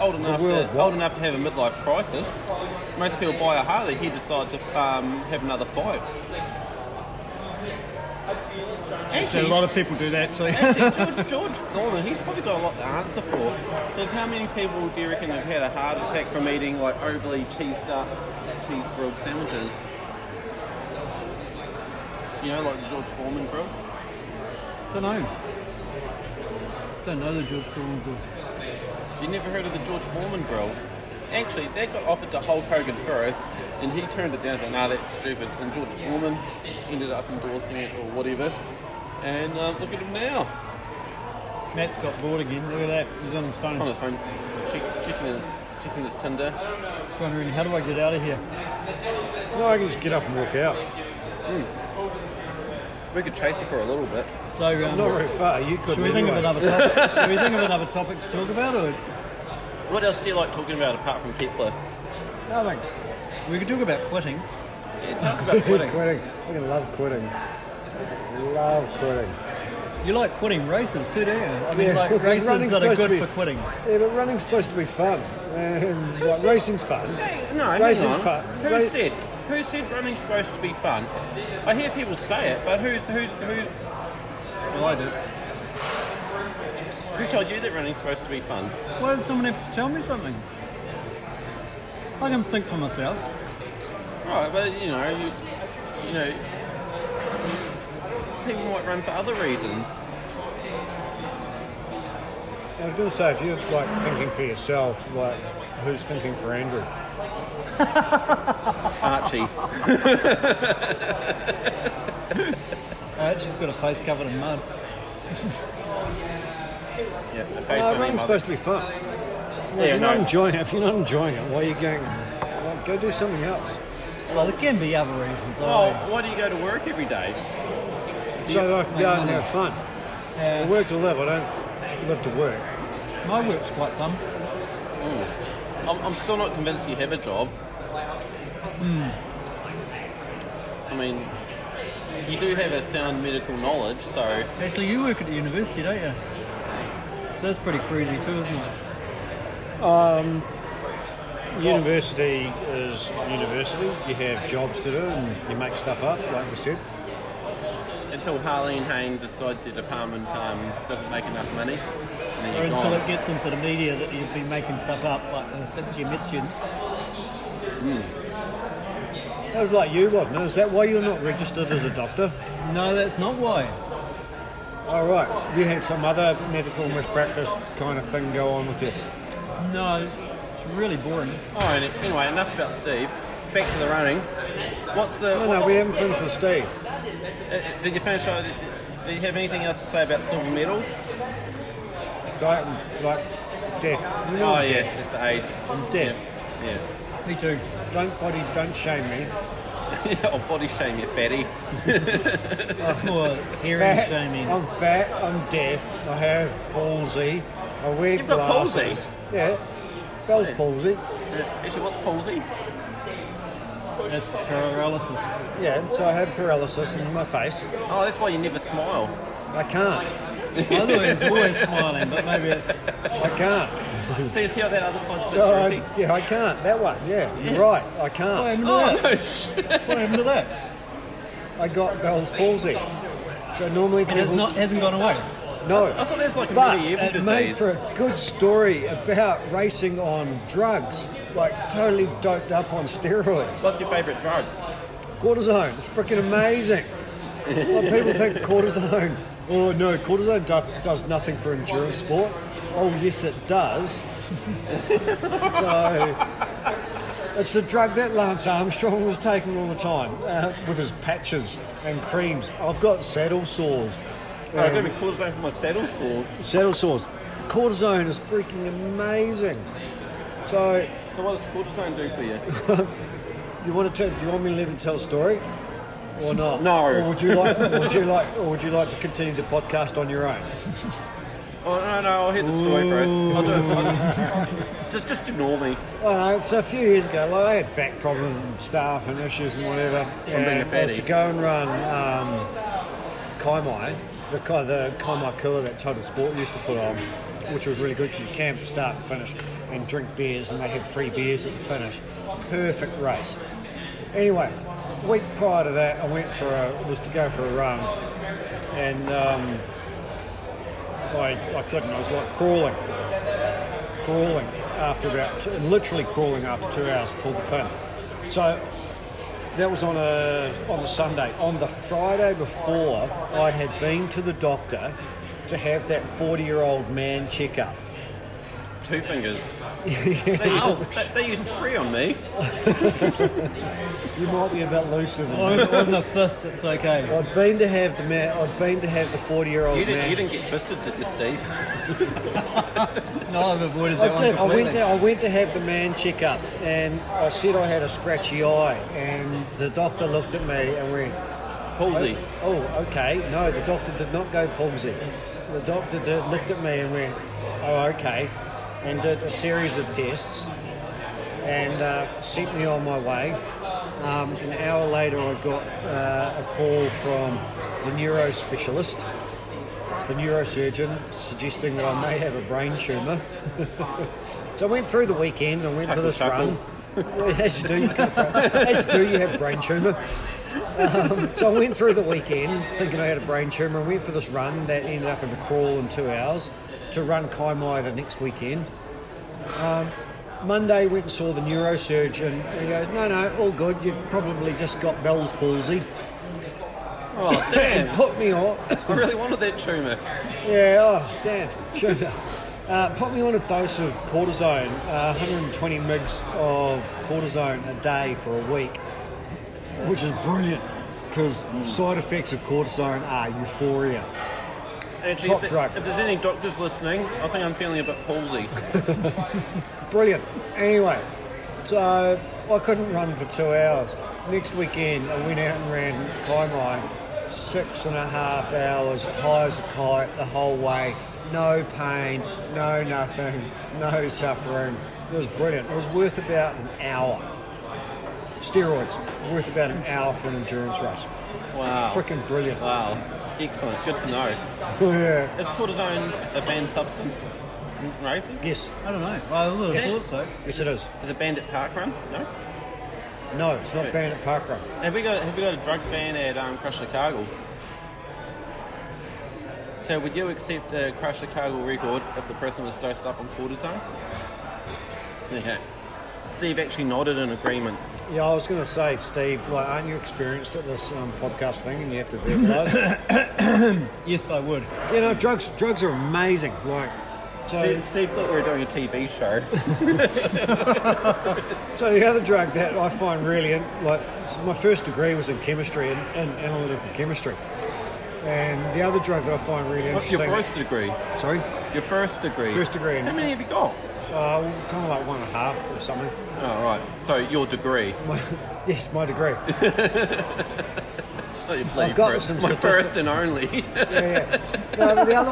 [SPEAKER 2] Old enough.
[SPEAKER 3] world
[SPEAKER 2] to,
[SPEAKER 3] what?
[SPEAKER 2] old enough to have a midlife crisis. Most people buy a Harley. He decided to um, have another fight.
[SPEAKER 1] Actually, a lot of people do that too.
[SPEAKER 2] Actually, George, George Foreman, he's probably got a lot to answer for. Because how many people do you reckon have had a heart attack from eating like overly cheesed up cheese grilled sandwiches? You know, like the George Foreman grill?
[SPEAKER 1] Don't know. Don't know the George Foreman grill.
[SPEAKER 2] You never heard of the George Foreman grill? Actually, that got offered to Hulk Hogan first, and he turned it down and said, nah, that's stupid. And George Foreman ended up endorsing it or whatever. And uh, look at him now.
[SPEAKER 1] Matt's got bored again. Look at that. He's on his
[SPEAKER 2] On
[SPEAKER 1] phone.
[SPEAKER 2] his phone, check, checking, his, checking his Tinder.
[SPEAKER 1] Just wondering, how do I get out of here?
[SPEAKER 3] No, I can just get up and walk out.
[SPEAKER 2] We could chase it for a little bit.
[SPEAKER 1] So, um,
[SPEAKER 3] Not very far. You could.
[SPEAKER 1] should we think of another topic? should we think of another topic to talk about, or
[SPEAKER 2] What else do you like talking about apart from Kepler?
[SPEAKER 3] Nothing.
[SPEAKER 1] we could talk about quitting?
[SPEAKER 2] Yeah, tell us about quitting.
[SPEAKER 3] quitting. quitting. I can love quitting. Love quitting.
[SPEAKER 1] You like quitting races too, do you? I mean,
[SPEAKER 3] Yeah.
[SPEAKER 1] like races
[SPEAKER 3] Running's
[SPEAKER 1] that are
[SPEAKER 3] supposed to
[SPEAKER 1] good
[SPEAKER 3] be-
[SPEAKER 1] for quitting.
[SPEAKER 3] Yeah, but running's supposed to be fun. And like, racing's fun.
[SPEAKER 2] No, hang
[SPEAKER 3] Racing's
[SPEAKER 2] on.
[SPEAKER 3] fun.
[SPEAKER 2] Who
[SPEAKER 3] Ra-
[SPEAKER 2] said? who said running's supposed to be fun? I hear people say it, but who's who's who? Well, I did. Who told you that running's supposed to be fun?
[SPEAKER 1] Why does someone have to tell me something? I can think for myself.
[SPEAKER 2] Right, but you know, you, you know, people might run for other reasons.
[SPEAKER 3] I was going to say, if you're like thinking for yourself, like who's thinking for Andrew?
[SPEAKER 2] Archie,
[SPEAKER 1] Uh, she's got a face covered in mud.
[SPEAKER 2] yeah, the face
[SPEAKER 3] Uh,
[SPEAKER 2] on
[SPEAKER 3] running's
[SPEAKER 2] his mother.
[SPEAKER 3] supposed to be fun. Well, if
[SPEAKER 2] Yeah,
[SPEAKER 3] you're not
[SPEAKER 2] no.
[SPEAKER 3] enjoying it, if you're not enjoying it, why are you going? Like, go do something else.
[SPEAKER 1] Well, there can be other reasons.
[SPEAKER 2] Well,
[SPEAKER 1] I
[SPEAKER 2] Oh, why do you go to work every day?
[SPEAKER 3] So that I can
[SPEAKER 1] Make
[SPEAKER 3] go out and
[SPEAKER 1] money.
[SPEAKER 3] have fun. I
[SPEAKER 1] mean.
[SPEAKER 3] work to live. I don't live to work.
[SPEAKER 1] Uh, my work's quite fun.
[SPEAKER 2] Hmm. I'm, I'm still not convinced you have a job. Hmm. I mean, you do have a sound medical knowledge, so
[SPEAKER 1] Actually, you work at the university, don't you? So that's pretty crazy too, isn't it?
[SPEAKER 3] University is university. You have jobs to do, and you make stuff up, like we said.
[SPEAKER 2] until Harleen Hayne decides her department um, doesn't make enough money, and then
[SPEAKER 1] Or
[SPEAKER 2] you're
[SPEAKER 1] until
[SPEAKER 2] gone.
[SPEAKER 1] it gets into the media that you've been making stuff up, like uh, the six-year med students.
[SPEAKER 3] That was like you, wasn't it? Is that why you're not registered as a doctor?
[SPEAKER 1] No, that's not why.
[SPEAKER 3] All right, you had some other medical mispractice kind of thing go on with you.
[SPEAKER 1] No, it's really boring.
[SPEAKER 2] Oh, and anyway, enough about Steve. Back to the running. What's the?
[SPEAKER 3] No, no, we haven't finished with Steve.
[SPEAKER 2] uh, uh, did you finish? uh, Do you have anything else to say about silver medals?
[SPEAKER 3] Diet and like death. You know
[SPEAKER 2] Oh
[SPEAKER 3] I'm
[SPEAKER 2] yeah,
[SPEAKER 3] deaf.
[SPEAKER 2] it's the age.
[SPEAKER 3] I'm deaf.
[SPEAKER 2] Yeah.
[SPEAKER 1] Me too.
[SPEAKER 3] Don't body, don't shame me.
[SPEAKER 2] Yeah. I'll body shame you, fatty.
[SPEAKER 1] That's more hearing
[SPEAKER 3] Fat.
[SPEAKER 1] shaming.
[SPEAKER 3] I'm fat. I'm deaf. I have palsy. I wear
[SPEAKER 2] You've got palsy?
[SPEAKER 3] glasses. Yeah, Bell's palsy.
[SPEAKER 2] Uh, Actually, what's palsy?
[SPEAKER 1] That's paralysis.
[SPEAKER 3] Yeah, so I have paralysis in my face.
[SPEAKER 2] Oh, that's why you never smile.
[SPEAKER 3] I can't.
[SPEAKER 1] Otherwise, always smiling, but maybe it's
[SPEAKER 3] I can't.
[SPEAKER 2] See, see how that other side's
[SPEAKER 3] So uh, I,
[SPEAKER 2] droopy?
[SPEAKER 3] yeah, I can't. That one. Yeah, you're right. I
[SPEAKER 1] what
[SPEAKER 3] can't.
[SPEAKER 1] happened to
[SPEAKER 2] Oh,
[SPEAKER 1] that?
[SPEAKER 2] no, shit.
[SPEAKER 1] What happened to that?
[SPEAKER 3] I got Bell's palsy. So normally people
[SPEAKER 1] And it's not hasn't gone away.
[SPEAKER 3] no.
[SPEAKER 2] I thought that was like a
[SPEAKER 3] But
[SPEAKER 2] medieval
[SPEAKER 3] it
[SPEAKER 2] disease.
[SPEAKER 3] made for a good story about racing on drugs, like totally doped up on steroids.
[SPEAKER 2] What's your favourite drug?
[SPEAKER 3] Cortisone, it's freaking amazing. well, people think cortisone, oh no, cortisone does, does nothing for endurance sport. Oh yes, it does. so it's the drug that Lance Armstrong was taking all the time uh, with his patches and creams. I've got saddle sores.
[SPEAKER 2] Oh,
[SPEAKER 3] Um,
[SPEAKER 2] I've got to be cortisone for my saddle sores.
[SPEAKER 3] Saddle sores. Cortisone is freaking amazing. So
[SPEAKER 2] So what does cortisone do for you?
[SPEAKER 3] you want to tell, you want me to let me tell a story, or not?
[SPEAKER 2] No.
[SPEAKER 3] Or would you like? or would you like? Or would you like to continue the podcast on your own?
[SPEAKER 2] Oh no, no, I'll hear the story first. I'll do it. I'll do it. just, just ignore me.
[SPEAKER 3] Well, no, so a few years ago, like, I had back problems and stuff and issues and whatever.
[SPEAKER 2] being a
[SPEAKER 3] and I was
[SPEAKER 2] fatty.
[SPEAKER 3] to go and run um, Kaimai, the, Ka- the Kaimai cooler that Total Sport used to put on, which was really good because you camped start and finish and drink beers, and they had free beers at the finish. Perfect race. Anyway, week prior to that, I went for a, was to go for a run, and um, I, I couldn't. I was like crawling crawling after about two, literally crawling after two hours pulled the pin. So that was on a on a Sunday. On the Friday before, I had been to the doctor to have that forty year old man check up.
[SPEAKER 2] Two fingers. They used, they, they used three on me.
[SPEAKER 3] You might be a bit looser than
[SPEAKER 1] As long
[SPEAKER 3] me.
[SPEAKER 1] as it wasn't a fist, it's okay.
[SPEAKER 3] I'd been to have the man. I'd been to have the forty year old
[SPEAKER 2] You
[SPEAKER 3] man.
[SPEAKER 2] didn't, you didn't get fisted, did you, Steve?
[SPEAKER 1] No, I've avoided that
[SPEAKER 3] I
[SPEAKER 1] one
[SPEAKER 3] did. I
[SPEAKER 1] completely.
[SPEAKER 3] went to I went to have the man check up, and I said I had a scratchy eye, and the doctor looked at me and went,
[SPEAKER 2] Palsy.
[SPEAKER 3] Oh, okay. No, the doctor did not go palsy. The doctor did, looked at me and went, oh, okay, and did a series of tests and uh, sent me on my way. Um, an hour later, I got uh, a call from the neuro specialist, the neurosurgeon, suggesting that I may have a brain tumour. so I went through the weekend. I went for
[SPEAKER 2] Chuckle,
[SPEAKER 3] this
[SPEAKER 2] chuckle.
[SPEAKER 3] run. as you do, you get a brain, as you do, you have brain tumour. Um, so I went through the weekend thinking I had a brain tumour. I went for this run that ended up in a crawl in two hours to run Kaimai the next weekend. Monday went and saw the neurosurgeon. He goes, no, no, all good. You've probably just got Bell's palsy.
[SPEAKER 2] Oh, damn.
[SPEAKER 3] Put me on.
[SPEAKER 2] I really wanted that tumour.
[SPEAKER 3] Yeah, oh, damn. Sure. Uh, put me on a dose of cortisone, uh, 120 mgs of cortisone a day for a week, which is brilliant because side effects of cortisone are euphoria.
[SPEAKER 2] Actually,
[SPEAKER 3] Top
[SPEAKER 2] if, th-
[SPEAKER 3] drug.
[SPEAKER 2] if there's any doctors listening, I think I'm feeling a bit palsy.
[SPEAKER 3] Brilliant. Anyway, so I couldn't run for two hours. Next weekend, I went out and ran Kaimai, six and a half hours, high as a kite the whole way. No pain, no nothing, no suffering. It was brilliant. It was worth about an hour. Steroids, worth about an hour for an endurance race.
[SPEAKER 2] Wow.
[SPEAKER 3] Freaking brilliant.
[SPEAKER 2] Wow. Excellent. Good to know.
[SPEAKER 3] Yeah.
[SPEAKER 2] Is cortisone a banned substance in races?
[SPEAKER 3] Yes,
[SPEAKER 1] I don't know. I would have thought so.
[SPEAKER 3] yes it is.
[SPEAKER 2] Is it banned at parkrun? No.
[SPEAKER 3] No, it's not banned at Parkrun.
[SPEAKER 2] Have we got Have we got a drug ban at um, Crush Chicago? So would you accept a Crush Chicago record if the person was dosed up on cortisone? Okay. Steve actually nodded in agreement.
[SPEAKER 3] Yeah, I was going to say, Steve, like, aren't you experienced at this um, podcast thing and you have to verbalise?
[SPEAKER 1] Yes, I would.
[SPEAKER 3] you know, drugs drugs are amazing. Like, so,
[SPEAKER 2] Steve, Steve thought we were doing a TV show.
[SPEAKER 3] so the other drug that I find really, in- like, so my first degree was in chemistry and in, analytical chemistry. And the other drug that I find really
[SPEAKER 2] What's
[SPEAKER 3] interesting.
[SPEAKER 2] your first degree?
[SPEAKER 3] Sorry?
[SPEAKER 2] Your first degree.
[SPEAKER 3] First degree in,
[SPEAKER 2] How
[SPEAKER 3] uh,
[SPEAKER 2] many have you got?
[SPEAKER 3] kind of like one and a half or something.
[SPEAKER 2] Oh, right. So your degree.
[SPEAKER 3] My, yes, my degree.
[SPEAKER 2] Not your bloody
[SPEAKER 3] got
[SPEAKER 2] first.
[SPEAKER 3] some
[SPEAKER 2] My
[SPEAKER 3] statistic-
[SPEAKER 2] first and only.
[SPEAKER 3] Yeah, yeah. No, but the other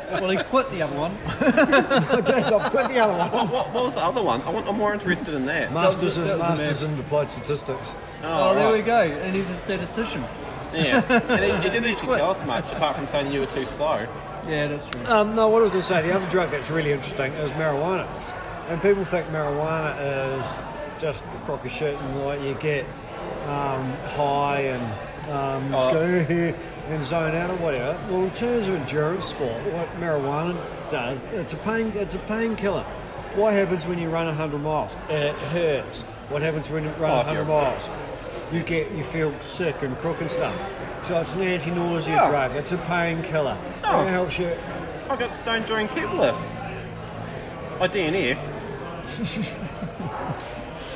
[SPEAKER 3] one, I,
[SPEAKER 1] Well, he quit the other one.
[SPEAKER 3] I did, I've quit the other one.
[SPEAKER 2] what, Oh, what, what was the other one? I want, I'm more interested in that.
[SPEAKER 3] Masters, in,
[SPEAKER 1] that was a
[SPEAKER 3] masters
[SPEAKER 1] mess.
[SPEAKER 3] in Applied Statistics.
[SPEAKER 1] Oh, there
[SPEAKER 2] right.
[SPEAKER 1] we go. And he's a statistician.
[SPEAKER 2] Yeah, and he, he didn't actually tell us much apart from saying you were too slow.
[SPEAKER 1] Yeah, that's true.
[SPEAKER 3] Um, no, what I was going to say, the other drug that's really interesting is marijuana. And people think marijuana is just a crock of shit and like you get um, high and um, you just go and zone out or whatever. Well, in terms of endurance sport, what marijuana does, it's a pain, it's a painkiller. What happens when you run 100 miles? It hurts. What happens when you run
[SPEAKER 2] Oh, if
[SPEAKER 3] 100
[SPEAKER 2] you're-
[SPEAKER 3] miles? You get, you feel sick and crook and stuff. So it's an anti-nausea
[SPEAKER 2] Oh.
[SPEAKER 3] drug. It's a painkiller.
[SPEAKER 2] Oh.
[SPEAKER 3] It helps you
[SPEAKER 2] I got stoned during Kevlar. I DNF.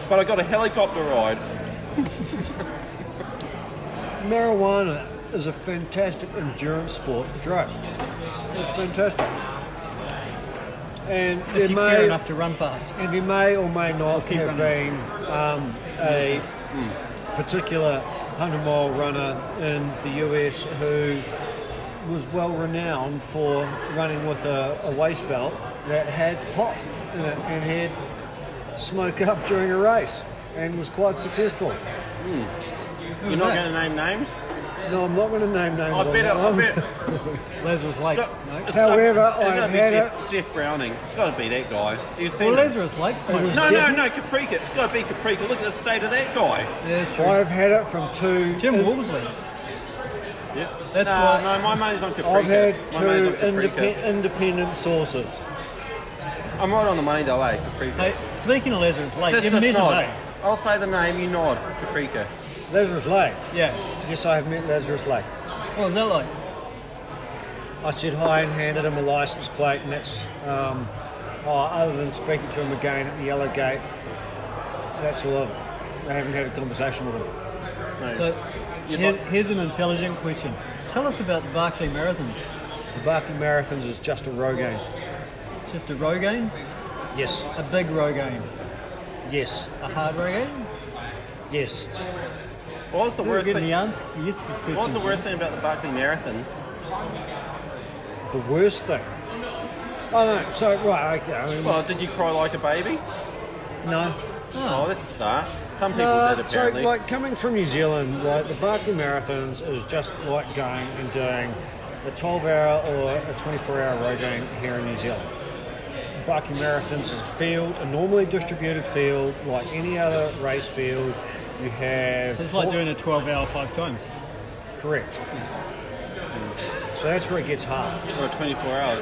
[SPEAKER 2] but I got a helicopter ride.
[SPEAKER 3] Marijuana is a fantastic endurance sport drug. It's fantastic. And there
[SPEAKER 1] if you care
[SPEAKER 3] may
[SPEAKER 1] enough to run fast.
[SPEAKER 3] and there may or may not
[SPEAKER 1] keep
[SPEAKER 3] have
[SPEAKER 1] running.
[SPEAKER 3] been um, a particular hundred mile runner in the US who was well renowned for running with a, a waist belt that had pot in it and had smoke up during a race and was quite successful.
[SPEAKER 1] Who
[SPEAKER 2] You're
[SPEAKER 1] was
[SPEAKER 2] not
[SPEAKER 1] that?
[SPEAKER 2] going to name names?
[SPEAKER 3] No, I'm not going to name names.
[SPEAKER 2] I
[SPEAKER 3] on
[SPEAKER 2] bet.
[SPEAKER 3] that
[SPEAKER 2] I
[SPEAKER 3] one.
[SPEAKER 2] bet.
[SPEAKER 1] Lazarus Lake.
[SPEAKER 2] no,
[SPEAKER 1] No.
[SPEAKER 2] it's
[SPEAKER 3] However,
[SPEAKER 2] not- it's
[SPEAKER 3] I've
[SPEAKER 2] gotta be
[SPEAKER 3] had
[SPEAKER 2] Jeff, Jeff Browning. It's got to be that guy. Do you see?
[SPEAKER 1] Well,
[SPEAKER 2] him?
[SPEAKER 1] Lazarus Lake smokes.
[SPEAKER 3] was-
[SPEAKER 2] no, no,
[SPEAKER 3] Jeff-
[SPEAKER 2] no, Caprica. It's got to be Caprica. Look at the state of that guy.
[SPEAKER 1] Yeah, that's true.
[SPEAKER 3] I've had it from two.
[SPEAKER 1] Jim Wolseley.
[SPEAKER 2] Yeah.
[SPEAKER 1] That's
[SPEAKER 2] nah,
[SPEAKER 1] why-
[SPEAKER 2] No, my money's on Caprica.
[SPEAKER 3] I've had
[SPEAKER 2] My money's on
[SPEAKER 3] two
[SPEAKER 2] Caprica.
[SPEAKER 3] indepe- independent sources.
[SPEAKER 2] I'm right on the money though, eh? Caprica.
[SPEAKER 1] Hey, speaking of Lazarus Lake,
[SPEAKER 2] Just,
[SPEAKER 1] you
[SPEAKER 2] just
[SPEAKER 1] met him,
[SPEAKER 2] nod.
[SPEAKER 1] eh?
[SPEAKER 2] I'll say the name. You nod. Caprica.
[SPEAKER 3] Lazarus Lake.
[SPEAKER 1] Yeah.
[SPEAKER 3] Yes, I have met Lazarus Lake.
[SPEAKER 1] What was that like?
[SPEAKER 3] I said hi and handed him a license plate, and that's um, oh, other than speaking to him again at the yellow gate. That's all I've. I haven't had a conversation with him.
[SPEAKER 1] So,
[SPEAKER 2] You'd
[SPEAKER 1] here's,
[SPEAKER 2] like-
[SPEAKER 1] here's an intelligent question. Tell us about the Barclay Marathons.
[SPEAKER 3] The Barclay Marathons is just a row game.
[SPEAKER 1] Just a row game,
[SPEAKER 3] Yes,
[SPEAKER 1] a big row game,
[SPEAKER 3] yes,
[SPEAKER 1] a hard row game.
[SPEAKER 3] yes.
[SPEAKER 2] What was the
[SPEAKER 1] We're
[SPEAKER 2] worst
[SPEAKER 1] getting
[SPEAKER 2] thing?
[SPEAKER 1] the answer. Yes, is
[SPEAKER 2] What
[SPEAKER 1] questions.
[SPEAKER 2] was the worst thing about the Barclay Marathons?
[SPEAKER 3] The worst thing. Oh no! So right, okay. I mean,
[SPEAKER 2] Well, did you cry like a baby?
[SPEAKER 3] no,
[SPEAKER 2] Oh, that's a start. Some people
[SPEAKER 3] Uh,
[SPEAKER 2] did
[SPEAKER 3] so,
[SPEAKER 2] apparently.
[SPEAKER 3] like coming from New Zealand, like the Barclay Marathons is just like going and doing a 12-hour or a 24-hour road game here in New Zealand. Barclay Marathons is a field, a normally distributed field, like any other race field. You have
[SPEAKER 1] So it's like doing a 12 hour five times.
[SPEAKER 3] correct.
[SPEAKER 1] Yes.
[SPEAKER 3] So that's where it gets hard.
[SPEAKER 2] Or a 24 hour.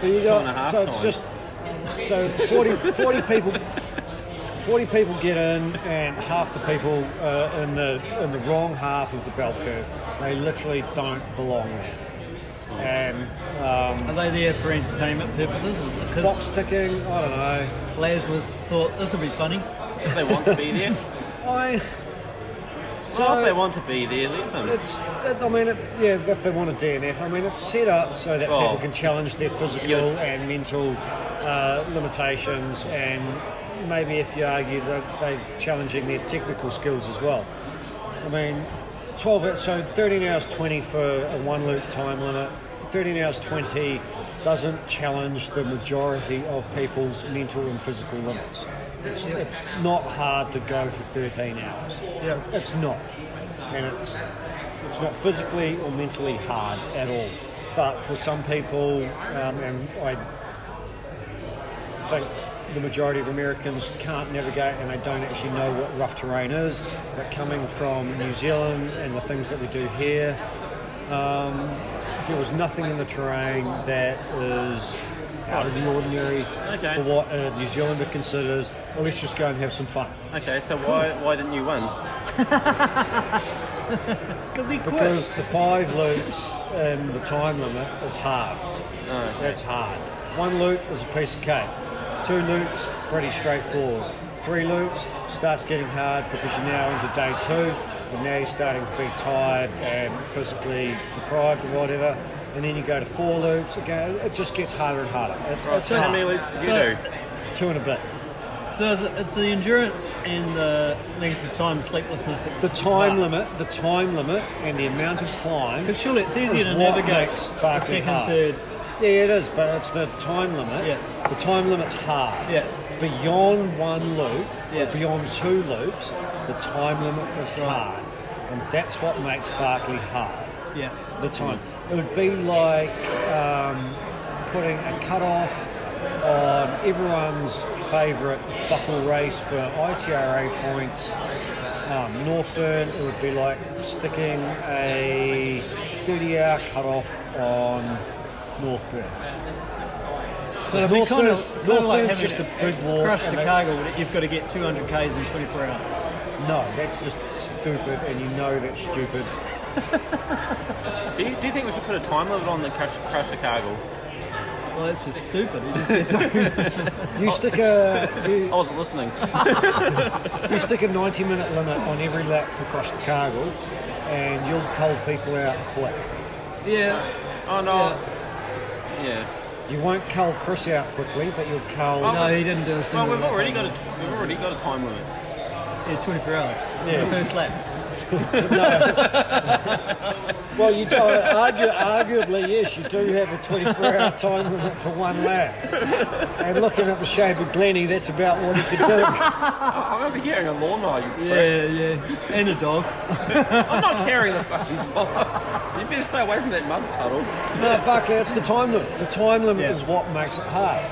[SPEAKER 3] So you
[SPEAKER 2] and a half
[SPEAKER 3] so it's
[SPEAKER 2] times.
[SPEAKER 3] just so 40, 40 people. Forty people get in, and half the people uh, in the in the wrong half of the bell curve. They literally don't belong there. And
[SPEAKER 1] Are they there for entertainment purposes? Is it because
[SPEAKER 3] box ticking, I don't know.
[SPEAKER 1] Laz was thought this would be funny?
[SPEAKER 2] If they want to be there.
[SPEAKER 3] I
[SPEAKER 2] well, if they want to be there, let them.
[SPEAKER 3] It's, it, I mean, it, yeah, if they want a DNF, I mean, it's set up so that
[SPEAKER 2] Well-
[SPEAKER 3] people can challenge their physical and mental uh, limitations, and maybe if you argue that they're challenging their technical skills as well. I mean, 12, hours- so 13 hours 20 for a one loop time limit. 13 hours 20 doesn't challenge the majority of people's mental and physical limits. It's, it's not hard to go for 13 hours.
[SPEAKER 1] Yeah.
[SPEAKER 3] It's not. And it's it's not physically or mentally hard at all. But for some people, um, and I think the majority of Americans can't navigate and they don't actually know what rough terrain is. But coming from New Zealand and the things that we do here, um, there was nothing in the terrain that is out of the ordinary
[SPEAKER 2] Okay.
[SPEAKER 3] for what a New Zealander considers, well, let's just go and have some fun.
[SPEAKER 2] Okay, so why why didn't you win?
[SPEAKER 1] Because he quit.
[SPEAKER 3] Because the five loops and the time limit is hard. That's hard. One loop is a piece of cake. Two loops, pretty straightforward. Three loops starts getting hard because you're now into day two and now you're starting to be tired and physically deprived or whatever. And then you go to four loops again. It just gets harder and harder. It's, it's
[SPEAKER 2] So how many
[SPEAKER 3] hard.
[SPEAKER 2] loops did you
[SPEAKER 1] So-
[SPEAKER 2] do?
[SPEAKER 3] Two and a bit.
[SPEAKER 1] so is it, it's the endurance and the length of time, sleeplessness. It's,
[SPEAKER 3] The time limit, the time limit, and the amount of climb.
[SPEAKER 1] Because surely it's easier
[SPEAKER 3] is
[SPEAKER 1] to
[SPEAKER 3] what
[SPEAKER 1] navigate
[SPEAKER 3] makes
[SPEAKER 1] the
[SPEAKER 3] Barclay
[SPEAKER 1] second,
[SPEAKER 3] hard.
[SPEAKER 1] third.
[SPEAKER 3] Yeah, it is, but it's the time limit.
[SPEAKER 1] Yeah.
[SPEAKER 3] The time limit's hard.
[SPEAKER 1] Yeah.
[SPEAKER 3] Beyond one loop,
[SPEAKER 1] Yeah.
[SPEAKER 3] or beyond two loops, the time limit is hard. And that's what makes Barclay hard.
[SPEAKER 1] Yeah.
[SPEAKER 3] The time.
[SPEAKER 1] Mm.
[SPEAKER 3] It would be like um, putting a cutoff on everyone's favourite buckle race for ITRA points. Um, Northburn, it would be like sticking a 30 hour cutoff on Northburn.
[SPEAKER 1] So it'd be kind of,
[SPEAKER 3] Northburn-
[SPEAKER 1] kind of like
[SPEAKER 3] Northburn's
[SPEAKER 1] having
[SPEAKER 3] just
[SPEAKER 1] to
[SPEAKER 3] a big walk
[SPEAKER 1] crush
[SPEAKER 3] and
[SPEAKER 1] Chicago.
[SPEAKER 3] they-
[SPEAKER 1] but you've got to get 200 k's in 24 hours.
[SPEAKER 3] No, that's just stupid, and you know that's stupid.
[SPEAKER 2] Do you, do you think we should put a time limit on the Crush, crush Chicago?
[SPEAKER 1] Well, that's just stupid. It just, it's,
[SPEAKER 3] You stick a
[SPEAKER 2] I
[SPEAKER 3] you,
[SPEAKER 2] wasn't listening.
[SPEAKER 3] you stick a ninety minute limit on every lap for across the cargo, and you'll cull people out quick.
[SPEAKER 1] yeah.
[SPEAKER 2] Oh no. Yeah.
[SPEAKER 3] You won't cull Chris out quickly, but you'll cull.
[SPEAKER 2] Oh,
[SPEAKER 1] No, he didn't do a
[SPEAKER 2] Well,
[SPEAKER 1] single.
[SPEAKER 2] we've
[SPEAKER 1] lap
[SPEAKER 2] already got
[SPEAKER 1] on
[SPEAKER 2] a we've already got a time limit.
[SPEAKER 1] Yeah, 24 hours.
[SPEAKER 3] Yeah.
[SPEAKER 1] The first lap.
[SPEAKER 3] Well, you don't. Argue, arguably, yes, you do have a twenty four hour time limit for one lap. And looking at the shape of Glenny, that's about what he could do.
[SPEAKER 2] I'm gonna be carrying a lawnmower. You prick.
[SPEAKER 1] Yeah, yeah. And a dog.
[SPEAKER 2] I'm not carrying the fucking lawnmower. You better stay away from that mud puddle.
[SPEAKER 3] No, Buck, that's the time limit. The time limit
[SPEAKER 1] Yeah.
[SPEAKER 3] is what makes it hard.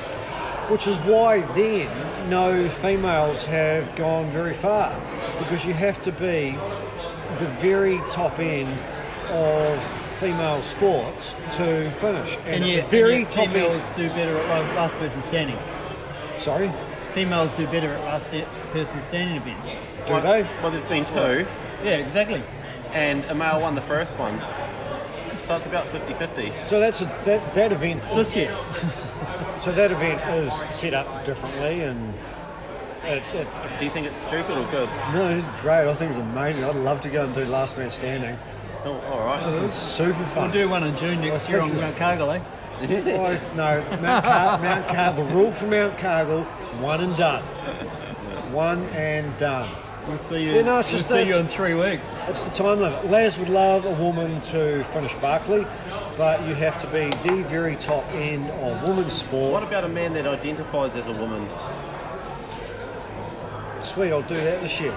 [SPEAKER 3] Which is why then no females have gone very far because you have to be the very top end of female sports to finish.
[SPEAKER 1] And,
[SPEAKER 3] at the
[SPEAKER 1] yet,
[SPEAKER 3] very
[SPEAKER 1] and yet
[SPEAKER 3] top end.
[SPEAKER 1] females do better at last- last person standing.
[SPEAKER 3] Sorry,
[SPEAKER 1] Females do better at last sta- person standing events.
[SPEAKER 3] do
[SPEAKER 2] Well-
[SPEAKER 3] they?
[SPEAKER 2] Well, there's been two,
[SPEAKER 1] Yeah, exactly.
[SPEAKER 2] and a male won the first one. So it's about 50-50.
[SPEAKER 3] So that's a, that that event.
[SPEAKER 1] This year.
[SPEAKER 3] So that event is set up differently, and it, it,
[SPEAKER 2] Do you think it's stupid or good?
[SPEAKER 3] no, it's great. I think it's amazing. I'd love to go and do last man standing.
[SPEAKER 2] Oh, all right.
[SPEAKER 3] It's super fun.
[SPEAKER 1] We'll do one in June next
[SPEAKER 3] I
[SPEAKER 1] year on
[SPEAKER 3] think
[SPEAKER 1] Mount
[SPEAKER 3] this-
[SPEAKER 1] Cargill, eh?
[SPEAKER 3] Oh, no, Mount, Car- Mount Car- the rule for Mount Cargill, one and done. One and done.
[SPEAKER 1] We'll see you,
[SPEAKER 3] Yeah, no, it's
[SPEAKER 1] we'll
[SPEAKER 3] just
[SPEAKER 1] see
[SPEAKER 3] that-
[SPEAKER 1] you in three weeks.
[SPEAKER 3] It's the time limit. Laz would love a woman to finish Barclay, but you have to be the very top end of women's
[SPEAKER 2] What
[SPEAKER 3] sport.
[SPEAKER 2] about a man that identifies as a woman?
[SPEAKER 3] Sweet, I'll do that this year.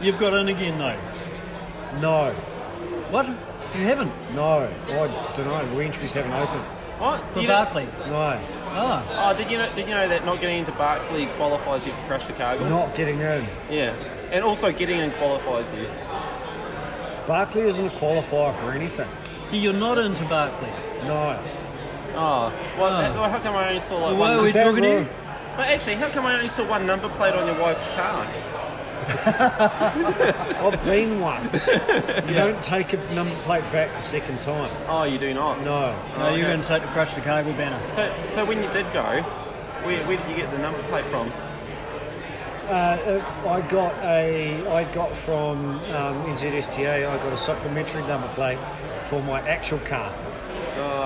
[SPEAKER 1] You've got in again, though.
[SPEAKER 3] No,
[SPEAKER 1] What? You haven't?
[SPEAKER 3] No, I don't know. Wintries haven't opened.
[SPEAKER 2] What?
[SPEAKER 1] For
[SPEAKER 2] Oh, You don't-
[SPEAKER 1] Barclays?
[SPEAKER 3] No,
[SPEAKER 1] Ah,
[SPEAKER 2] Oh, did you know? Did you know that not getting into Barclay qualifies you for Crash Chicago?
[SPEAKER 3] not getting in.
[SPEAKER 2] Yeah, and also getting in qualifies you.
[SPEAKER 3] Barclay isn't a qualifier for anything.
[SPEAKER 1] so you're not into Barclay.
[SPEAKER 3] No.
[SPEAKER 2] Oh, well, that- well, how come I only saw like
[SPEAKER 1] Why
[SPEAKER 2] one?
[SPEAKER 1] are we
[SPEAKER 3] Damn
[SPEAKER 1] talking to you?
[SPEAKER 3] wrong.
[SPEAKER 2] But actually, how come I only saw one number plate on your wife's car?
[SPEAKER 3] I've been once. You don't take a number plate back the second time.
[SPEAKER 2] Oh, you do not.
[SPEAKER 3] No.
[SPEAKER 1] No, you're
[SPEAKER 2] okay.
[SPEAKER 1] going to take the Crush Chicago banner.
[SPEAKER 2] So, so when you did go, where, where did you get the number plate from?
[SPEAKER 3] Uh, uh, I got a. I got from um, NZSTA. I got a supplementary number plate for my actual car.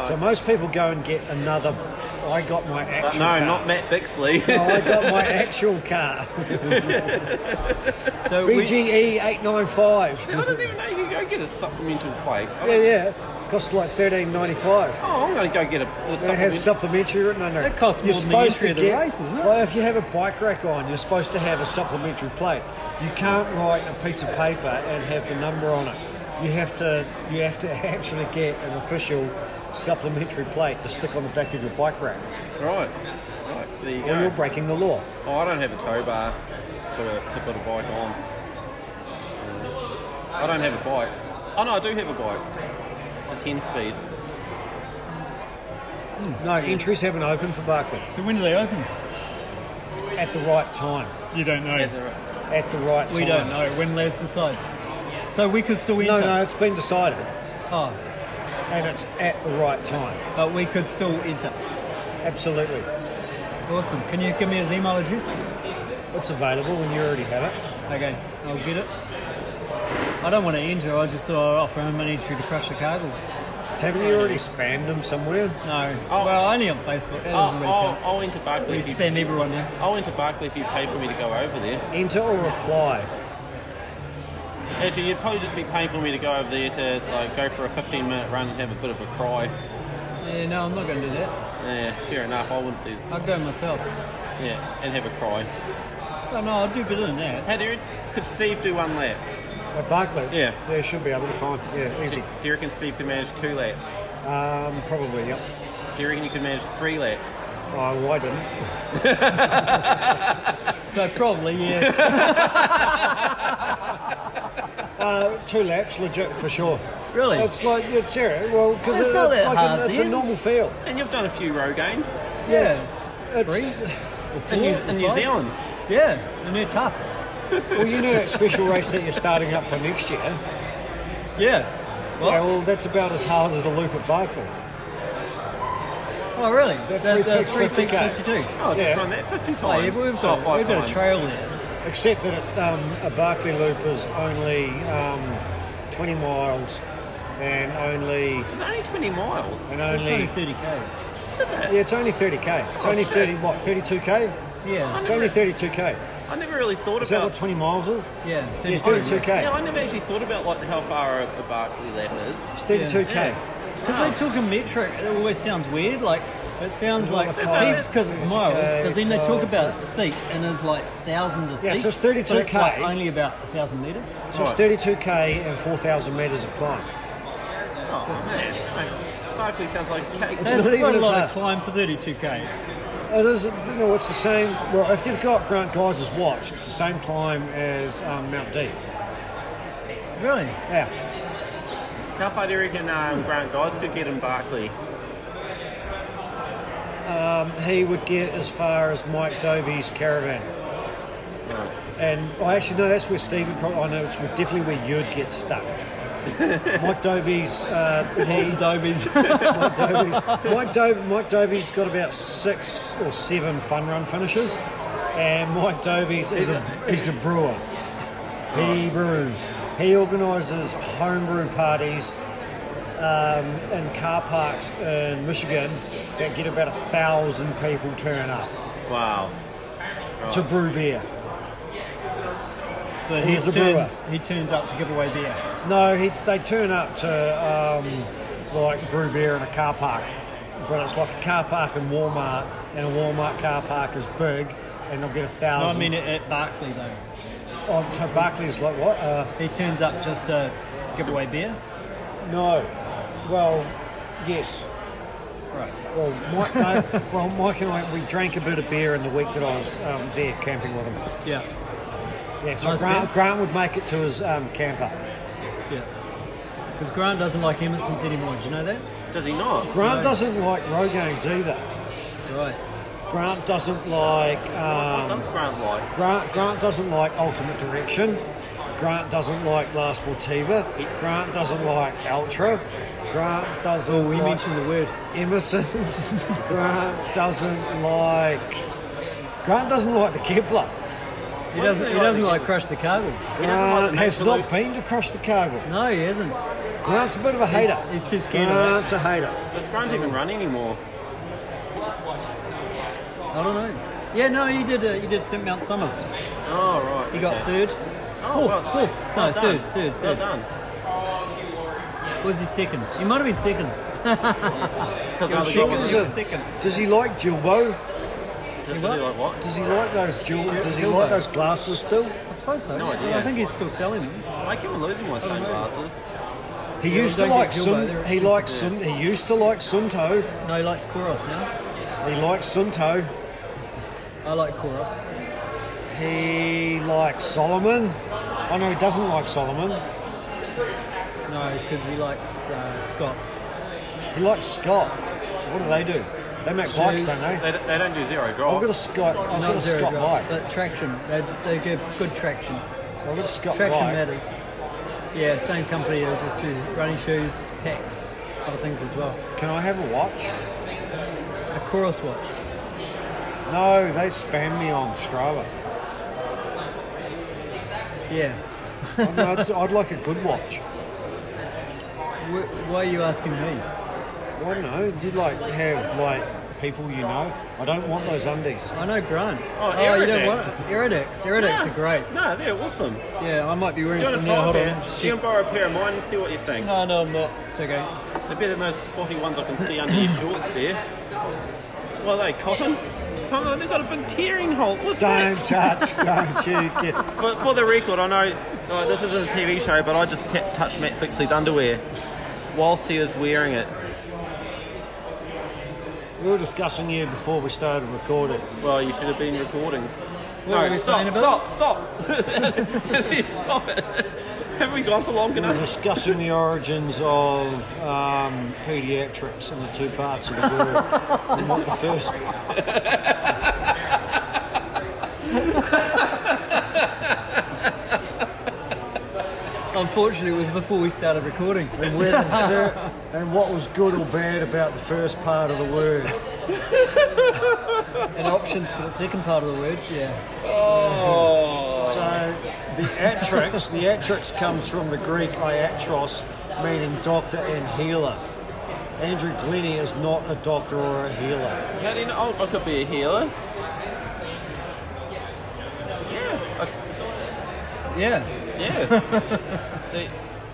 [SPEAKER 3] so most people go and get another. I got my
[SPEAKER 2] Uh, no,
[SPEAKER 3] actual. car.
[SPEAKER 2] not Matt Bixley.
[SPEAKER 3] No, I got my actual car.
[SPEAKER 1] So we-
[SPEAKER 3] BGE eight nine five.
[SPEAKER 2] I didn't even know you could go get a supplemental plate.
[SPEAKER 3] Yeah, yeah. Costs like thirteen ninety five.
[SPEAKER 2] Oh, I'm going to go get a, a
[SPEAKER 3] And it
[SPEAKER 2] supplemental.
[SPEAKER 3] has supplementary written under it.
[SPEAKER 1] That costs more
[SPEAKER 3] You're
[SPEAKER 1] than the
[SPEAKER 3] supposed
[SPEAKER 1] entry
[SPEAKER 3] to
[SPEAKER 1] of the
[SPEAKER 3] get,
[SPEAKER 1] race, isn't it?
[SPEAKER 3] Well, if you have a bike rack on, you're supposed to have a supplementary plate. You can't write a piece of paper and have the number on it. You have to you have to actually get an official supplementary plate to stick on the back of your bike rack,
[SPEAKER 2] right, right. There you
[SPEAKER 3] or you're
[SPEAKER 2] go.
[SPEAKER 3] breaking the law.
[SPEAKER 2] Oh, I don't have a tow bar to put a, to put a bike on. Uh, I don't have a bike. Oh no, I do have a bike. It's a ten speed.
[SPEAKER 3] No, entries haven't opened for Barclay
[SPEAKER 1] so when do they open?
[SPEAKER 3] at the right time.
[SPEAKER 1] You don't know.
[SPEAKER 2] And they're-
[SPEAKER 3] At the right time.
[SPEAKER 1] We don't know when Les decides. So we could still
[SPEAKER 3] No,
[SPEAKER 1] enter.
[SPEAKER 3] no, it's been decided,
[SPEAKER 1] Oh,
[SPEAKER 3] and it's at the right time.
[SPEAKER 1] but we could still enter.
[SPEAKER 3] Absolutely,
[SPEAKER 1] Awesome. Can you give me his email address?
[SPEAKER 3] it's available, and you already have it.
[SPEAKER 1] Okay, I'll get it. I don't want to enter. I just saw I offer him an entry to Crush Chicago.
[SPEAKER 3] Haven't you already spammed them somewhere?
[SPEAKER 1] No.
[SPEAKER 2] Oh.
[SPEAKER 1] Well, only on Facebook. That
[SPEAKER 2] I'll,
[SPEAKER 1] doesn't really
[SPEAKER 2] I'll,
[SPEAKER 1] count.
[SPEAKER 2] Oh, I'll enter Barclay.
[SPEAKER 1] We
[SPEAKER 2] If you,
[SPEAKER 1] spam everyone now.
[SPEAKER 2] I'll enter Barclay if you pay for me to go over there.
[SPEAKER 3] Enter or reply.
[SPEAKER 2] Actually, you'd probably just be paying for me to go over there to like go for a 15 minute run and have a bit of a cry.
[SPEAKER 1] Yeah, no, I'm not going to do that.
[SPEAKER 2] Yeah, fair enough. I wouldn't do.
[SPEAKER 1] I'll go myself.
[SPEAKER 2] Yeah, and have a cry.
[SPEAKER 1] Oh, no, I'll do better than that.
[SPEAKER 2] Hey, dude, could Steve do one lap?
[SPEAKER 3] At Barclay?
[SPEAKER 2] Yeah.
[SPEAKER 3] Yeah, should be able to find. Yeah, easy.
[SPEAKER 2] Do you reckon Steve could manage two laps?
[SPEAKER 3] Um, probably, yep.
[SPEAKER 2] Do you reckon you could manage three laps?
[SPEAKER 3] Oh, well, I didn't.
[SPEAKER 1] So probably, yeah.
[SPEAKER 3] Two laps, legit, for sure.
[SPEAKER 1] really?
[SPEAKER 3] It's like, yeah, serious. Well, because
[SPEAKER 1] It's not
[SPEAKER 3] it's
[SPEAKER 1] that
[SPEAKER 3] like
[SPEAKER 1] hard
[SPEAKER 3] a, it's a
[SPEAKER 1] then.
[SPEAKER 3] normal field.
[SPEAKER 2] And you've done a few row games
[SPEAKER 1] yeah.
[SPEAKER 3] It's,
[SPEAKER 1] Three?
[SPEAKER 2] in, New,
[SPEAKER 1] Four?
[SPEAKER 2] in New
[SPEAKER 1] Five?
[SPEAKER 2] Zealand.
[SPEAKER 1] Yeah, and they're tough.
[SPEAKER 3] well, you know that special race that you're starting up for next year?
[SPEAKER 1] Yeah. What?
[SPEAKER 3] Yeah, well, that's about as hard as a loop at Barclay.
[SPEAKER 1] Oh, really?
[SPEAKER 3] They're three peaks, 50K.
[SPEAKER 1] 52.
[SPEAKER 2] Oh, just
[SPEAKER 3] Yeah.
[SPEAKER 2] run that 50 times.
[SPEAKER 1] Oh, yeah, but we've got,
[SPEAKER 2] Oh, five
[SPEAKER 1] we've got
[SPEAKER 2] times.
[SPEAKER 1] a trail there.
[SPEAKER 3] Except that it, um, a Barclay loop is only um, 20 miles and only.
[SPEAKER 2] It's only 20 miles.
[SPEAKER 3] And
[SPEAKER 1] So it's only
[SPEAKER 3] only
[SPEAKER 1] 30 Ks.
[SPEAKER 3] yeah, it's only 30k. It's
[SPEAKER 2] Oh,
[SPEAKER 3] only
[SPEAKER 2] shit.
[SPEAKER 3] 30 what? 32k?
[SPEAKER 1] Yeah,
[SPEAKER 2] Hundred-
[SPEAKER 3] It's only 32k.
[SPEAKER 2] I never really thought
[SPEAKER 3] Is that what
[SPEAKER 2] about.
[SPEAKER 3] 20 miles is?
[SPEAKER 1] yeah.
[SPEAKER 3] Yeah,
[SPEAKER 1] 32.
[SPEAKER 3] 32k.
[SPEAKER 2] Yeah, I never actually thought about like how far a, a Barclay lap is.
[SPEAKER 3] It's 32k.
[SPEAKER 2] Yeah.
[SPEAKER 1] Because they took a metric, it always sounds weird. Like it sounds like
[SPEAKER 3] It's
[SPEAKER 1] it's
[SPEAKER 3] all
[SPEAKER 1] heaps because it's miles,
[SPEAKER 3] okay,
[SPEAKER 1] but then they talk
[SPEAKER 3] twelve.
[SPEAKER 1] about feet and there's like thousands of
[SPEAKER 3] Yeah,
[SPEAKER 1] feet.
[SPEAKER 3] so it's
[SPEAKER 1] But it's like
[SPEAKER 3] 32K.
[SPEAKER 1] only about a thousand meters.
[SPEAKER 3] So it's 32k and 4,000 meters of climb.
[SPEAKER 2] Oh man, Barclay sounds like cake.
[SPEAKER 3] It's
[SPEAKER 1] That's
[SPEAKER 3] not even
[SPEAKER 1] quite a
[SPEAKER 3] as
[SPEAKER 1] lot
[SPEAKER 3] hard.
[SPEAKER 1] of climb for 32k.
[SPEAKER 3] It is, you know, it's the same. Well, if you've got Grant Geyser's watch, it's the same climb as um, Mount D.
[SPEAKER 1] Really?
[SPEAKER 3] Yeah,
[SPEAKER 2] How far do you reckon um, Grant Guys could get in Barclay?
[SPEAKER 3] he would get as far as Mike Dobie's caravan. And I actually know that's where Steve would probably. I know it's where- definitely where you'd get stuck. Mike Dobie's. Uh,
[SPEAKER 1] Lots
[SPEAKER 3] he,
[SPEAKER 1] of Dobies.
[SPEAKER 3] Mike Dobie's, Mike, Do- Mike Dobie's got about six or seven fun run finishes, and Mike Dobies is a he's a brewer. He brews. He organises homebrew parties um, in car parks in Michigan that get about a thousand people turn up
[SPEAKER 2] Wow.
[SPEAKER 3] to brew beer.
[SPEAKER 1] so he
[SPEAKER 3] He's a
[SPEAKER 1] turns he turns up to give away beer.
[SPEAKER 3] No, he, they turn up to um, like brew beer in a car park, but it's like a car park in Walmart, and a Walmart car park is big, and they'll get a
[SPEAKER 1] No, I
[SPEAKER 3] thousand.
[SPEAKER 1] mean at, at Barclay though.
[SPEAKER 3] oh, so Barclay's like what? Uh,
[SPEAKER 1] He turns up just to give away beer.
[SPEAKER 3] No. Well, yes.
[SPEAKER 1] Right.
[SPEAKER 3] Well, Mike, no, well, Mike and I, we drank a bit of beer in the week that I was um, there camping with him.
[SPEAKER 1] Yeah.
[SPEAKER 3] Yeah, so
[SPEAKER 1] Nice
[SPEAKER 3] Grant,
[SPEAKER 1] beer.
[SPEAKER 3] Grant would make it to his um, camper.
[SPEAKER 1] Yeah. Because Grant doesn't like Emerson's anymore. Do you know that?
[SPEAKER 2] Does he not?
[SPEAKER 3] Grant
[SPEAKER 1] No.
[SPEAKER 3] doesn't like Rogaines either.
[SPEAKER 1] Right.
[SPEAKER 3] Grant doesn't like
[SPEAKER 2] What
[SPEAKER 3] um,
[SPEAKER 2] does Grant like?
[SPEAKER 3] Grant. Grant doesn't like Ultimate Direction. Grant doesn't like La Sportiva. Grant doesn't like Ultra. Grant doesn't.
[SPEAKER 1] Oh, we
[SPEAKER 3] like
[SPEAKER 1] mentioned the word.
[SPEAKER 3] Emerson's. Grant doesn't like. Grant doesn't like the Kepler.
[SPEAKER 1] He doesn't. He doesn't like crush the cargo.
[SPEAKER 2] He doesn't like
[SPEAKER 3] Grant
[SPEAKER 2] the
[SPEAKER 3] has not
[SPEAKER 2] absolute-
[SPEAKER 3] been to crush the cargo.
[SPEAKER 1] No, he isn't.
[SPEAKER 3] Grant's a bit of a hater.
[SPEAKER 1] he's too scared of it.
[SPEAKER 3] Grant's a hater.
[SPEAKER 2] Does Grant even run anymore?
[SPEAKER 1] I don't know. Yeah, no, you did. Uh, you did St Mount Summers.
[SPEAKER 2] Oh, right.
[SPEAKER 1] He got third. fourth,
[SPEAKER 2] Oh, well-
[SPEAKER 1] fourth. No,
[SPEAKER 2] well done.
[SPEAKER 1] third, third,
[SPEAKER 2] Well
[SPEAKER 1] third.
[SPEAKER 2] done.
[SPEAKER 1] Was he second? He might have been second.
[SPEAKER 2] Because
[SPEAKER 3] He was a-
[SPEAKER 1] Second.
[SPEAKER 3] does he like Jilbo?
[SPEAKER 2] Does he like what?
[SPEAKER 3] Does he like those jewel?
[SPEAKER 1] Jil-
[SPEAKER 3] Does he
[SPEAKER 1] Jilbo.
[SPEAKER 3] like those glasses still?
[SPEAKER 1] I suppose so.
[SPEAKER 2] No idea.
[SPEAKER 1] I think he's still selling them.
[SPEAKER 2] I keep on losing my sunglasses.
[SPEAKER 3] He
[SPEAKER 1] Yeah,
[SPEAKER 3] used to
[SPEAKER 1] we don't
[SPEAKER 3] like
[SPEAKER 1] get Jilbo,
[SPEAKER 3] Sun.
[SPEAKER 1] they're
[SPEAKER 3] He
[SPEAKER 1] expensive,
[SPEAKER 3] likes
[SPEAKER 1] yeah.
[SPEAKER 3] Sun. He used to like Sunto.
[SPEAKER 1] No, he likes Koros now.
[SPEAKER 3] He likes Sunto.
[SPEAKER 1] I like Koros.
[SPEAKER 3] He likes Solomon. I know he doesn't like Solomon.
[SPEAKER 1] No, because he likes uh, Scott.
[SPEAKER 3] He likes Scott. What do they do? They make bikes,
[SPEAKER 1] Shoes.
[SPEAKER 3] don't they?
[SPEAKER 2] They, they don't do zero
[SPEAKER 3] I've got a
[SPEAKER 2] drop.
[SPEAKER 3] Scott. I've got
[SPEAKER 1] Not
[SPEAKER 3] a
[SPEAKER 1] zero
[SPEAKER 3] Oh, Scott
[SPEAKER 1] drive,
[SPEAKER 3] bike.
[SPEAKER 1] but traction. They, they give good traction.
[SPEAKER 3] I've got a Scott
[SPEAKER 1] Traction
[SPEAKER 3] bike.
[SPEAKER 1] matters. Yeah, same company. They just do running shoes, packs, other things as well.
[SPEAKER 3] Can I have a watch?
[SPEAKER 1] A Koros watch.
[SPEAKER 3] No, they spam me on Strava.
[SPEAKER 1] Yeah.
[SPEAKER 3] I'd, I'd, I'd like a good watch.
[SPEAKER 1] Wh- why are you asking me?
[SPEAKER 3] I don't know. You'd like have like people you know. I don't want those undies.
[SPEAKER 1] I know Grant.
[SPEAKER 2] Oh,
[SPEAKER 1] you
[SPEAKER 2] Iridex.
[SPEAKER 1] don't want it? Iridex. Iridex are great.
[SPEAKER 2] No, they're awesome.
[SPEAKER 1] Yeah, I might be
[SPEAKER 2] You
[SPEAKER 1] wearing
[SPEAKER 2] want
[SPEAKER 1] some
[SPEAKER 2] to
[SPEAKER 1] now.
[SPEAKER 2] try
[SPEAKER 1] Hold
[SPEAKER 2] a pair?
[SPEAKER 1] on.
[SPEAKER 2] You
[SPEAKER 1] Shit.
[SPEAKER 2] can borrow a pair of mine and see what you think.
[SPEAKER 1] No, no, I'm not. It's okay.
[SPEAKER 2] They're better than those spotty ones I can see under your shorts there. What are they, cotton? Come on, they've got a big tearing hole. What's
[SPEAKER 3] Don't
[SPEAKER 2] that?
[SPEAKER 3] touch. Don't you get.
[SPEAKER 2] For, for the record, I know uh, this isn't a TV show, but I just t- touched Matt Bixley's underwear whilst he was wearing it.
[SPEAKER 3] We were discussing you before we started recording.
[SPEAKER 2] Well, you should have been recording.
[SPEAKER 1] were
[SPEAKER 2] no,
[SPEAKER 1] we saying
[SPEAKER 2] stop,
[SPEAKER 1] about
[SPEAKER 2] stop, stop, stop it. Have we gone for long
[SPEAKER 3] We were
[SPEAKER 2] enough?
[SPEAKER 3] discussing the origins of um, pediatrics and the two parts of the word, and what the first.
[SPEAKER 1] Unfortunately, it was before we started recording.
[SPEAKER 3] And, where the fir- and what was good or bad about the first part of the word.
[SPEAKER 1] And options for the second part of the word. Yeah.
[SPEAKER 2] Oh,
[SPEAKER 3] So the atrix, the atrix comes from the Greek iatros, meaning doctor and healer. Andrew Glennie is not a doctor or a healer.
[SPEAKER 2] how do you know? Oh, I could be a healer.
[SPEAKER 1] Yeah.
[SPEAKER 2] Yeah. See,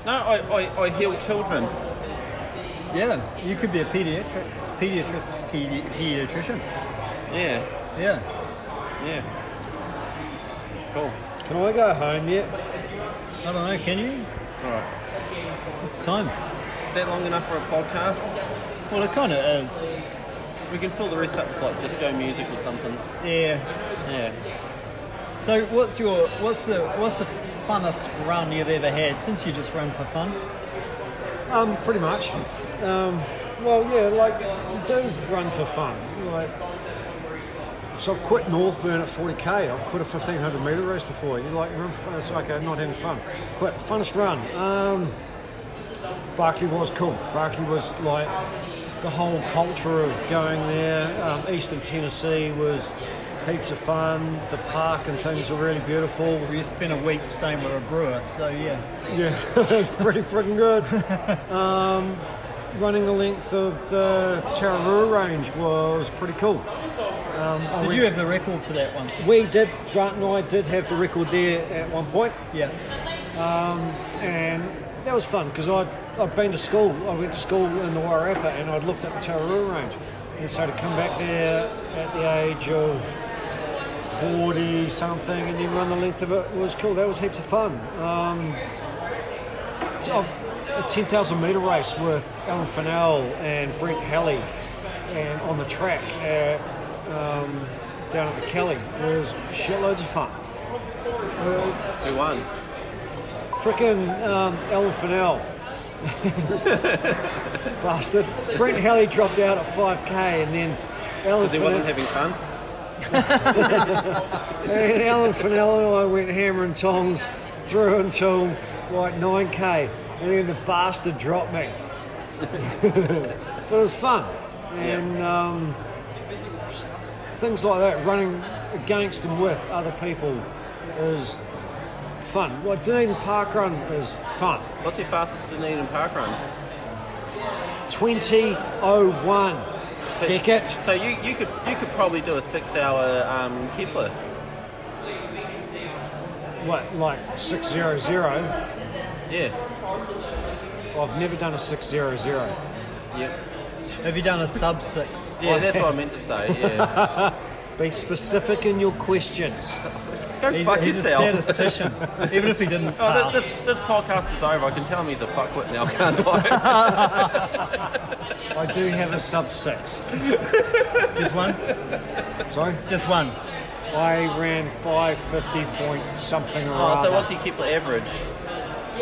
[SPEAKER 2] no, I, I, I heal children.
[SPEAKER 1] Yeah. You could be a pediatrics, pediatrics, pedi- pediatrician.
[SPEAKER 2] Yeah,
[SPEAKER 1] Yeah.
[SPEAKER 2] yeah.
[SPEAKER 3] Can I go home yet?
[SPEAKER 1] I don't know. Can you?
[SPEAKER 2] All right.
[SPEAKER 1] It's time.
[SPEAKER 2] Is that long enough for a podcast?
[SPEAKER 1] Well, it kind of is.
[SPEAKER 2] We can fill the rest up with like disco music or something.
[SPEAKER 1] Yeah.
[SPEAKER 2] Yeah.
[SPEAKER 1] So, what's your what's the what's the funnest run you've ever had since you just run for fun?
[SPEAKER 3] Um, pretty much. Um, well, yeah, like do run for fun. Like, so I've quit Northburn at 40k. I've quit a 1500 meter race before. You like run? For, it's okay, not having fun. Quit. Funnest run. Um, Barclay was cool. Barclay was like the whole culture of going there. Um, Eastern Tennessee was heaps of fun. The park and things are really beautiful.
[SPEAKER 1] We spent a week staying with a brewer. So yeah.
[SPEAKER 3] Yeah, that's pretty freaking good. Um, running the length of the Tararoo range was pretty cool. Um, I
[SPEAKER 1] Did
[SPEAKER 3] went-
[SPEAKER 1] you have the record for that once?
[SPEAKER 3] We did. Grant and I did have the record there at one point,
[SPEAKER 1] Yeah.
[SPEAKER 3] and that was fun because I'd, I'd been to school. I went to school in the Wairarapa, and I'd looked at the Tararoo range, and so to come back there at the age of forty something and then run the length of it was cool. That was heaps of fun. Um, so I've a 10,000 metre race with Alan Fennell and Brent Halley and on the track at, um, down at the Kelly was shitloads of fun. Uh,
[SPEAKER 2] Who won?
[SPEAKER 3] Frickin' um, Alan Fennell. Bastard. Brent Halley dropped out at 5k and then Alan
[SPEAKER 2] Because he wasn't
[SPEAKER 3] Fennell,
[SPEAKER 2] having fun.
[SPEAKER 3] and Alan Fennell and I went hammer and tongs through until like 9k and then the bastard dropped me. but it was fun. And um, things like that, running against and with other people is fun. Well, Dunedin Parkrun is fun.
[SPEAKER 2] What's your fastest Dunedin park run?
[SPEAKER 3] 2001. Stick it.
[SPEAKER 2] So you, you could you could probably do a six hour um, Kepler.
[SPEAKER 3] What, like 600?
[SPEAKER 2] Yeah.
[SPEAKER 3] I've never done a 600.
[SPEAKER 2] Yeah.
[SPEAKER 1] Have you done a sub six?
[SPEAKER 2] Yeah, that's what I meant to say. Yeah.
[SPEAKER 3] Be specific in your questions.
[SPEAKER 2] Go
[SPEAKER 1] He's,
[SPEAKER 2] fuck
[SPEAKER 1] he's a
[SPEAKER 2] yourself.
[SPEAKER 1] statistician. Even if he didn't
[SPEAKER 2] Oh,
[SPEAKER 1] pass.
[SPEAKER 2] this, this, this podcast is over. I can tell him he's a fuckwit now, can't I?
[SPEAKER 3] I do have a sub six.
[SPEAKER 1] Just one?
[SPEAKER 3] Sorry?
[SPEAKER 1] Just one.
[SPEAKER 3] I ran 550 point something or
[SPEAKER 2] oh,
[SPEAKER 3] other.
[SPEAKER 2] so what's your Kepler average?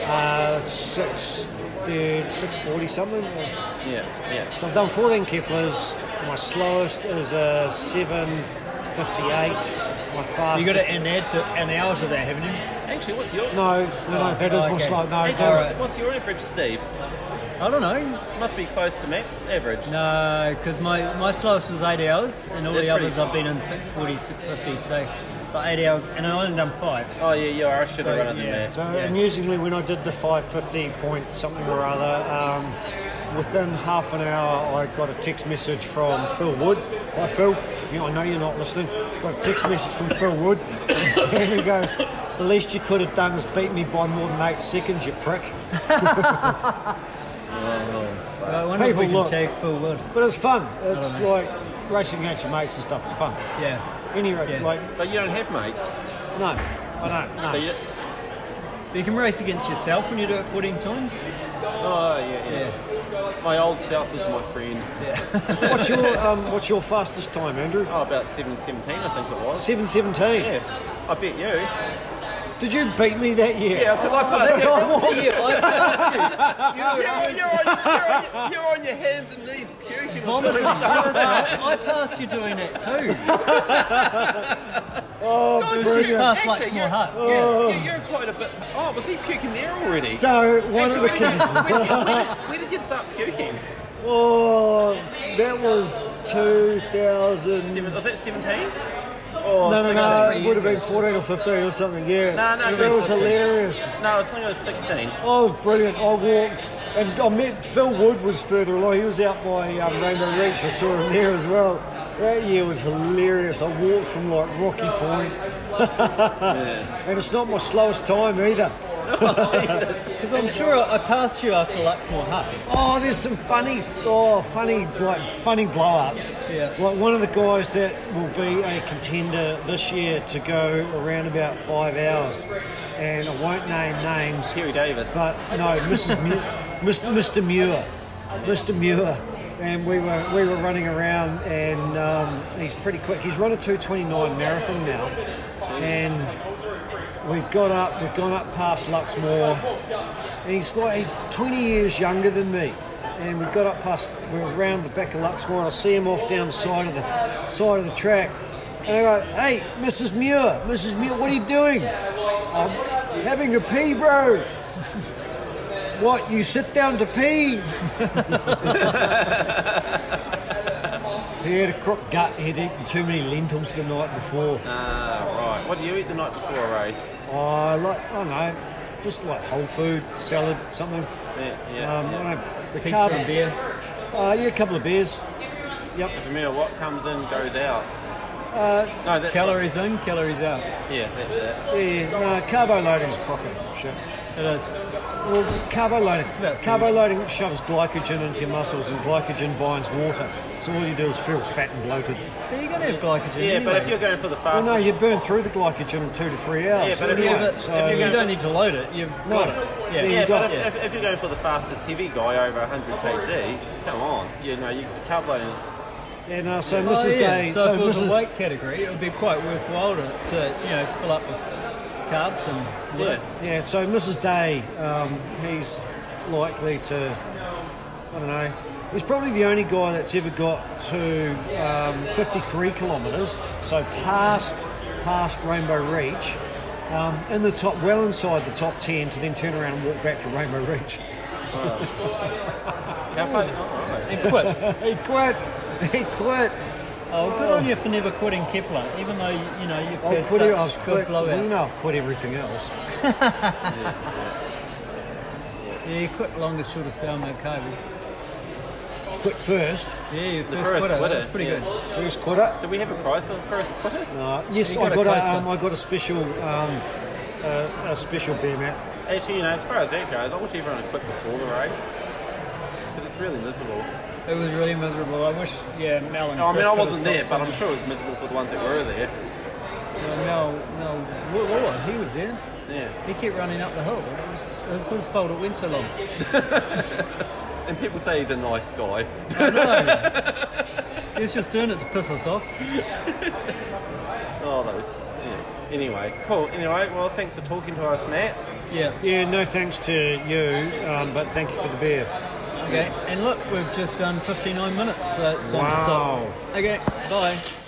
[SPEAKER 3] Uh, six, uh, 640 something. or-
[SPEAKER 2] Yeah, yeah.
[SPEAKER 3] So I've done 14 Keplers. My slowest is a 758. My
[SPEAKER 1] You
[SPEAKER 3] fastest.
[SPEAKER 1] got to add to an hour to that, haven't you?
[SPEAKER 2] Actually, what's your
[SPEAKER 3] No, no, no, that is my
[SPEAKER 1] Okay.
[SPEAKER 3] slow. No,
[SPEAKER 2] Actually,
[SPEAKER 3] that is-
[SPEAKER 2] what's- what's your average, Steve?
[SPEAKER 1] I don't know.
[SPEAKER 2] Must be close to Matt's average.
[SPEAKER 1] No, because my, my slowest was eight hours, and all
[SPEAKER 2] That's
[SPEAKER 1] the others
[SPEAKER 2] pretty-
[SPEAKER 1] I've been in 640, 650, so for eight hours, and I only done five.
[SPEAKER 2] Oh yeah, yeah. I should
[SPEAKER 1] So,
[SPEAKER 2] have run it than
[SPEAKER 1] yeah.
[SPEAKER 2] Matt.
[SPEAKER 3] So amusingly, when I did the 550 point something or other, um, within half an hour, I got a text message from Phil Wood. Hi Phil, you know, I know you're not listening. Got a text message from Phil Wood. and he goes, "The least you could have done is beat me by more than eight seconds, you prick."
[SPEAKER 1] Well, I wonder
[SPEAKER 3] People
[SPEAKER 1] if we can
[SPEAKER 3] look.
[SPEAKER 1] tag Phil Wood.
[SPEAKER 3] But it's fun. It's like racing against your mates and stuff. It's fun.
[SPEAKER 1] Yeah.
[SPEAKER 3] Anyway,
[SPEAKER 1] Yeah.
[SPEAKER 3] like
[SPEAKER 2] But you don't have mates,
[SPEAKER 3] no, I don't. No.
[SPEAKER 2] so you.
[SPEAKER 1] But you can race against yourself when you do it 14 times. Ah.
[SPEAKER 2] Oh yeah, yeah. My old self is my friend.
[SPEAKER 3] what's your um, what's your fastest time, Andrew?
[SPEAKER 2] Oh, about seven seventeen, I think it was.
[SPEAKER 3] Seven seventeen.
[SPEAKER 2] Yeah, I bet you.
[SPEAKER 3] Did you beat me that year?
[SPEAKER 2] Yeah, because I passed you.
[SPEAKER 4] You're on your hands and knees puking.
[SPEAKER 1] Honestly, I passed you doing it too.
[SPEAKER 3] Oh,
[SPEAKER 1] Just
[SPEAKER 3] brilliant.
[SPEAKER 1] past
[SPEAKER 2] Actually,
[SPEAKER 1] Luxmore
[SPEAKER 2] you're-
[SPEAKER 1] Hut.
[SPEAKER 2] Yeah, you- you're quite a bit. Oh, was he puking there already?
[SPEAKER 3] So one
[SPEAKER 2] Actually,
[SPEAKER 3] of the
[SPEAKER 2] where,
[SPEAKER 3] kids.
[SPEAKER 2] did- where did- where did- where did you start puking?
[SPEAKER 3] Oh, that was 2000.
[SPEAKER 2] Seven, was that 17?
[SPEAKER 3] No,
[SPEAKER 2] Oh,
[SPEAKER 3] no, no.
[SPEAKER 1] three
[SPEAKER 3] It would
[SPEAKER 1] years
[SPEAKER 3] have been 14 or 15 or something. Yeah.
[SPEAKER 2] No, no,
[SPEAKER 3] That
[SPEAKER 2] no,
[SPEAKER 3] was
[SPEAKER 2] it's-
[SPEAKER 3] hilarious.
[SPEAKER 2] No, I was thinking it was 16.
[SPEAKER 3] Oh, brilliant. I walked. And I met Phil Wood was further along. He was out by um, Rainbow Reach. I saw him there as well. That year was hilarious. I walked from like Rocky Point. and it's not my slowest time either.
[SPEAKER 1] Because I'm sure I passed you after Luxmore Hut.
[SPEAKER 3] Oh, there's some funny, oh, funny, like funny blow-ups.
[SPEAKER 1] Yeah.
[SPEAKER 3] Like one of the guys that will be a contender this year to go around about five hours, and I won't name names.
[SPEAKER 2] Terry Davis.
[SPEAKER 3] But no, Mrs. Mu- Mr. Mr. Muir, Mr. Muir, and we were we were running around, and um, he's pretty quick. He's run a two twenty nine marathon now, and we got up. We've gone up past Luxmore, and he's like he's twenty years younger than me. And we got up past, we were around the back of Luxmore, and I see him off down the side of the side of the track. And I go, "Hey, Mrs. Muir, Mrs. Muir, what are you doing?" I'm having a pee, bro. What, you sit down to pee? he had a crook gut, he'd eaten too many lentils the night before.
[SPEAKER 2] Ah, right. What do you eat the night before a race?
[SPEAKER 3] Oh, like, I don't know, just like whole food, salad, something.
[SPEAKER 2] Yeah, yeah.
[SPEAKER 3] Um,
[SPEAKER 2] yeah.
[SPEAKER 3] I don't know, the
[SPEAKER 1] Pizza
[SPEAKER 3] carb-
[SPEAKER 1] and beer.
[SPEAKER 3] Uh, yeah, a couple of beers.
[SPEAKER 2] Remember, what comes in goes out.
[SPEAKER 3] Uh,
[SPEAKER 2] No, that's
[SPEAKER 1] Calories in, calories out.
[SPEAKER 2] yeah, that's it.
[SPEAKER 3] Yeah, no, carbo loading's crocker shit.
[SPEAKER 1] It is.
[SPEAKER 3] Well, carbo loading,
[SPEAKER 1] It's about food.
[SPEAKER 3] carbo loading shoves glycogen into your muscles, and glycogen binds water. So all you do is feel fat and bloated.
[SPEAKER 1] But you're gonna have glycogen.
[SPEAKER 2] Yeah, but if
[SPEAKER 1] anyway.
[SPEAKER 2] you're going for the
[SPEAKER 3] Well,
[SPEAKER 2] fastest,
[SPEAKER 3] no, you burn through the glycogen in two to three hours.
[SPEAKER 2] Yeah, but if
[SPEAKER 1] Yeah,
[SPEAKER 3] anyway,
[SPEAKER 1] but
[SPEAKER 3] so
[SPEAKER 1] if you don't need to load it, you've
[SPEAKER 3] No.
[SPEAKER 1] got it.
[SPEAKER 3] Yeah,
[SPEAKER 2] yeah,
[SPEAKER 3] you
[SPEAKER 2] but
[SPEAKER 3] got-
[SPEAKER 2] if, if, if you're going for the fastest heavy guy over 100 kg, come on, you know, you carb load is
[SPEAKER 3] yeah, no, so
[SPEAKER 1] Oh,
[SPEAKER 3] Mrs.
[SPEAKER 1] yeah.
[SPEAKER 3] Day,
[SPEAKER 1] so, if it was
[SPEAKER 3] Mrs.
[SPEAKER 1] a weight category, it would be quite worthwhile to, to you know fill up with carbs and
[SPEAKER 2] yeah.
[SPEAKER 3] Yeah, so Mrs. Day, um, he's likely to, I don't know, he's probably the only guy that's ever got to um, 53 kilometres, so past past Rainbow Reach, um, in the top, well inside the top 10, to then turn around and walk back to Rainbow Reach.
[SPEAKER 2] How far? Oh, all right.
[SPEAKER 1] and quit.
[SPEAKER 3] he quit. He quit.
[SPEAKER 1] Oh, good on you for never quitting Kepler, even though you know you've
[SPEAKER 3] I'll
[SPEAKER 1] had
[SPEAKER 3] quit.
[SPEAKER 1] such
[SPEAKER 3] I'll
[SPEAKER 1] good
[SPEAKER 3] quit. Well,
[SPEAKER 1] blowouts.
[SPEAKER 3] you know, I'll quit everything else.
[SPEAKER 1] Yeah, you quit longest, shortest down Mount Carvey.
[SPEAKER 3] Quit first.
[SPEAKER 1] Yeah, you first,
[SPEAKER 2] first
[SPEAKER 1] quitter.
[SPEAKER 2] quitter,
[SPEAKER 1] That's pretty
[SPEAKER 2] yeah.
[SPEAKER 1] good.
[SPEAKER 3] First quitter.
[SPEAKER 2] Do we have a prize for the first quitter?
[SPEAKER 3] Uh, yes,
[SPEAKER 1] You got
[SPEAKER 3] I
[SPEAKER 1] a
[SPEAKER 3] got
[SPEAKER 1] close
[SPEAKER 3] a, um,
[SPEAKER 1] one.
[SPEAKER 3] I got a special um, uh, a special beer mat.
[SPEAKER 2] Actually, you know, as far as that goes, I wish everyone had quit before the race. Because it's really miserable.
[SPEAKER 1] It was really miserable. I wish, yeah, Mel and
[SPEAKER 2] No, I
[SPEAKER 1] Chris
[SPEAKER 2] mean, I
[SPEAKER 1] could have
[SPEAKER 2] Oh, wasn't there, but
[SPEAKER 1] stopped
[SPEAKER 2] I'm sure it was miserable for the ones that were there.
[SPEAKER 1] some- yeah, Mel, Mel, Wa- Wa- he was there.
[SPEAKER 2] Yeah.
[SPEAKER 1] He kept running up the hill. It was, it was his fault it went so long.
[SPEAKER 2] And people say he's a nice guy.
[SPEAKER 1] No. he was just doing it to piss us off.
[SPEAKER 2] Oh, those. Yeah. Anyway, cool. Anyway, well, thanks for talking to us, Matt.
[SPEAKER 1] Yeah.
[SPEAKER 3] Yeah, no thanks to you, um, but thank you for the beer.
[SPEAKER 1] Okay. And look, we've just done 59 minutes, so it's time to
[SPEAKER 3] Wow.
[SPEAKER 1] stop. Okay. Bye.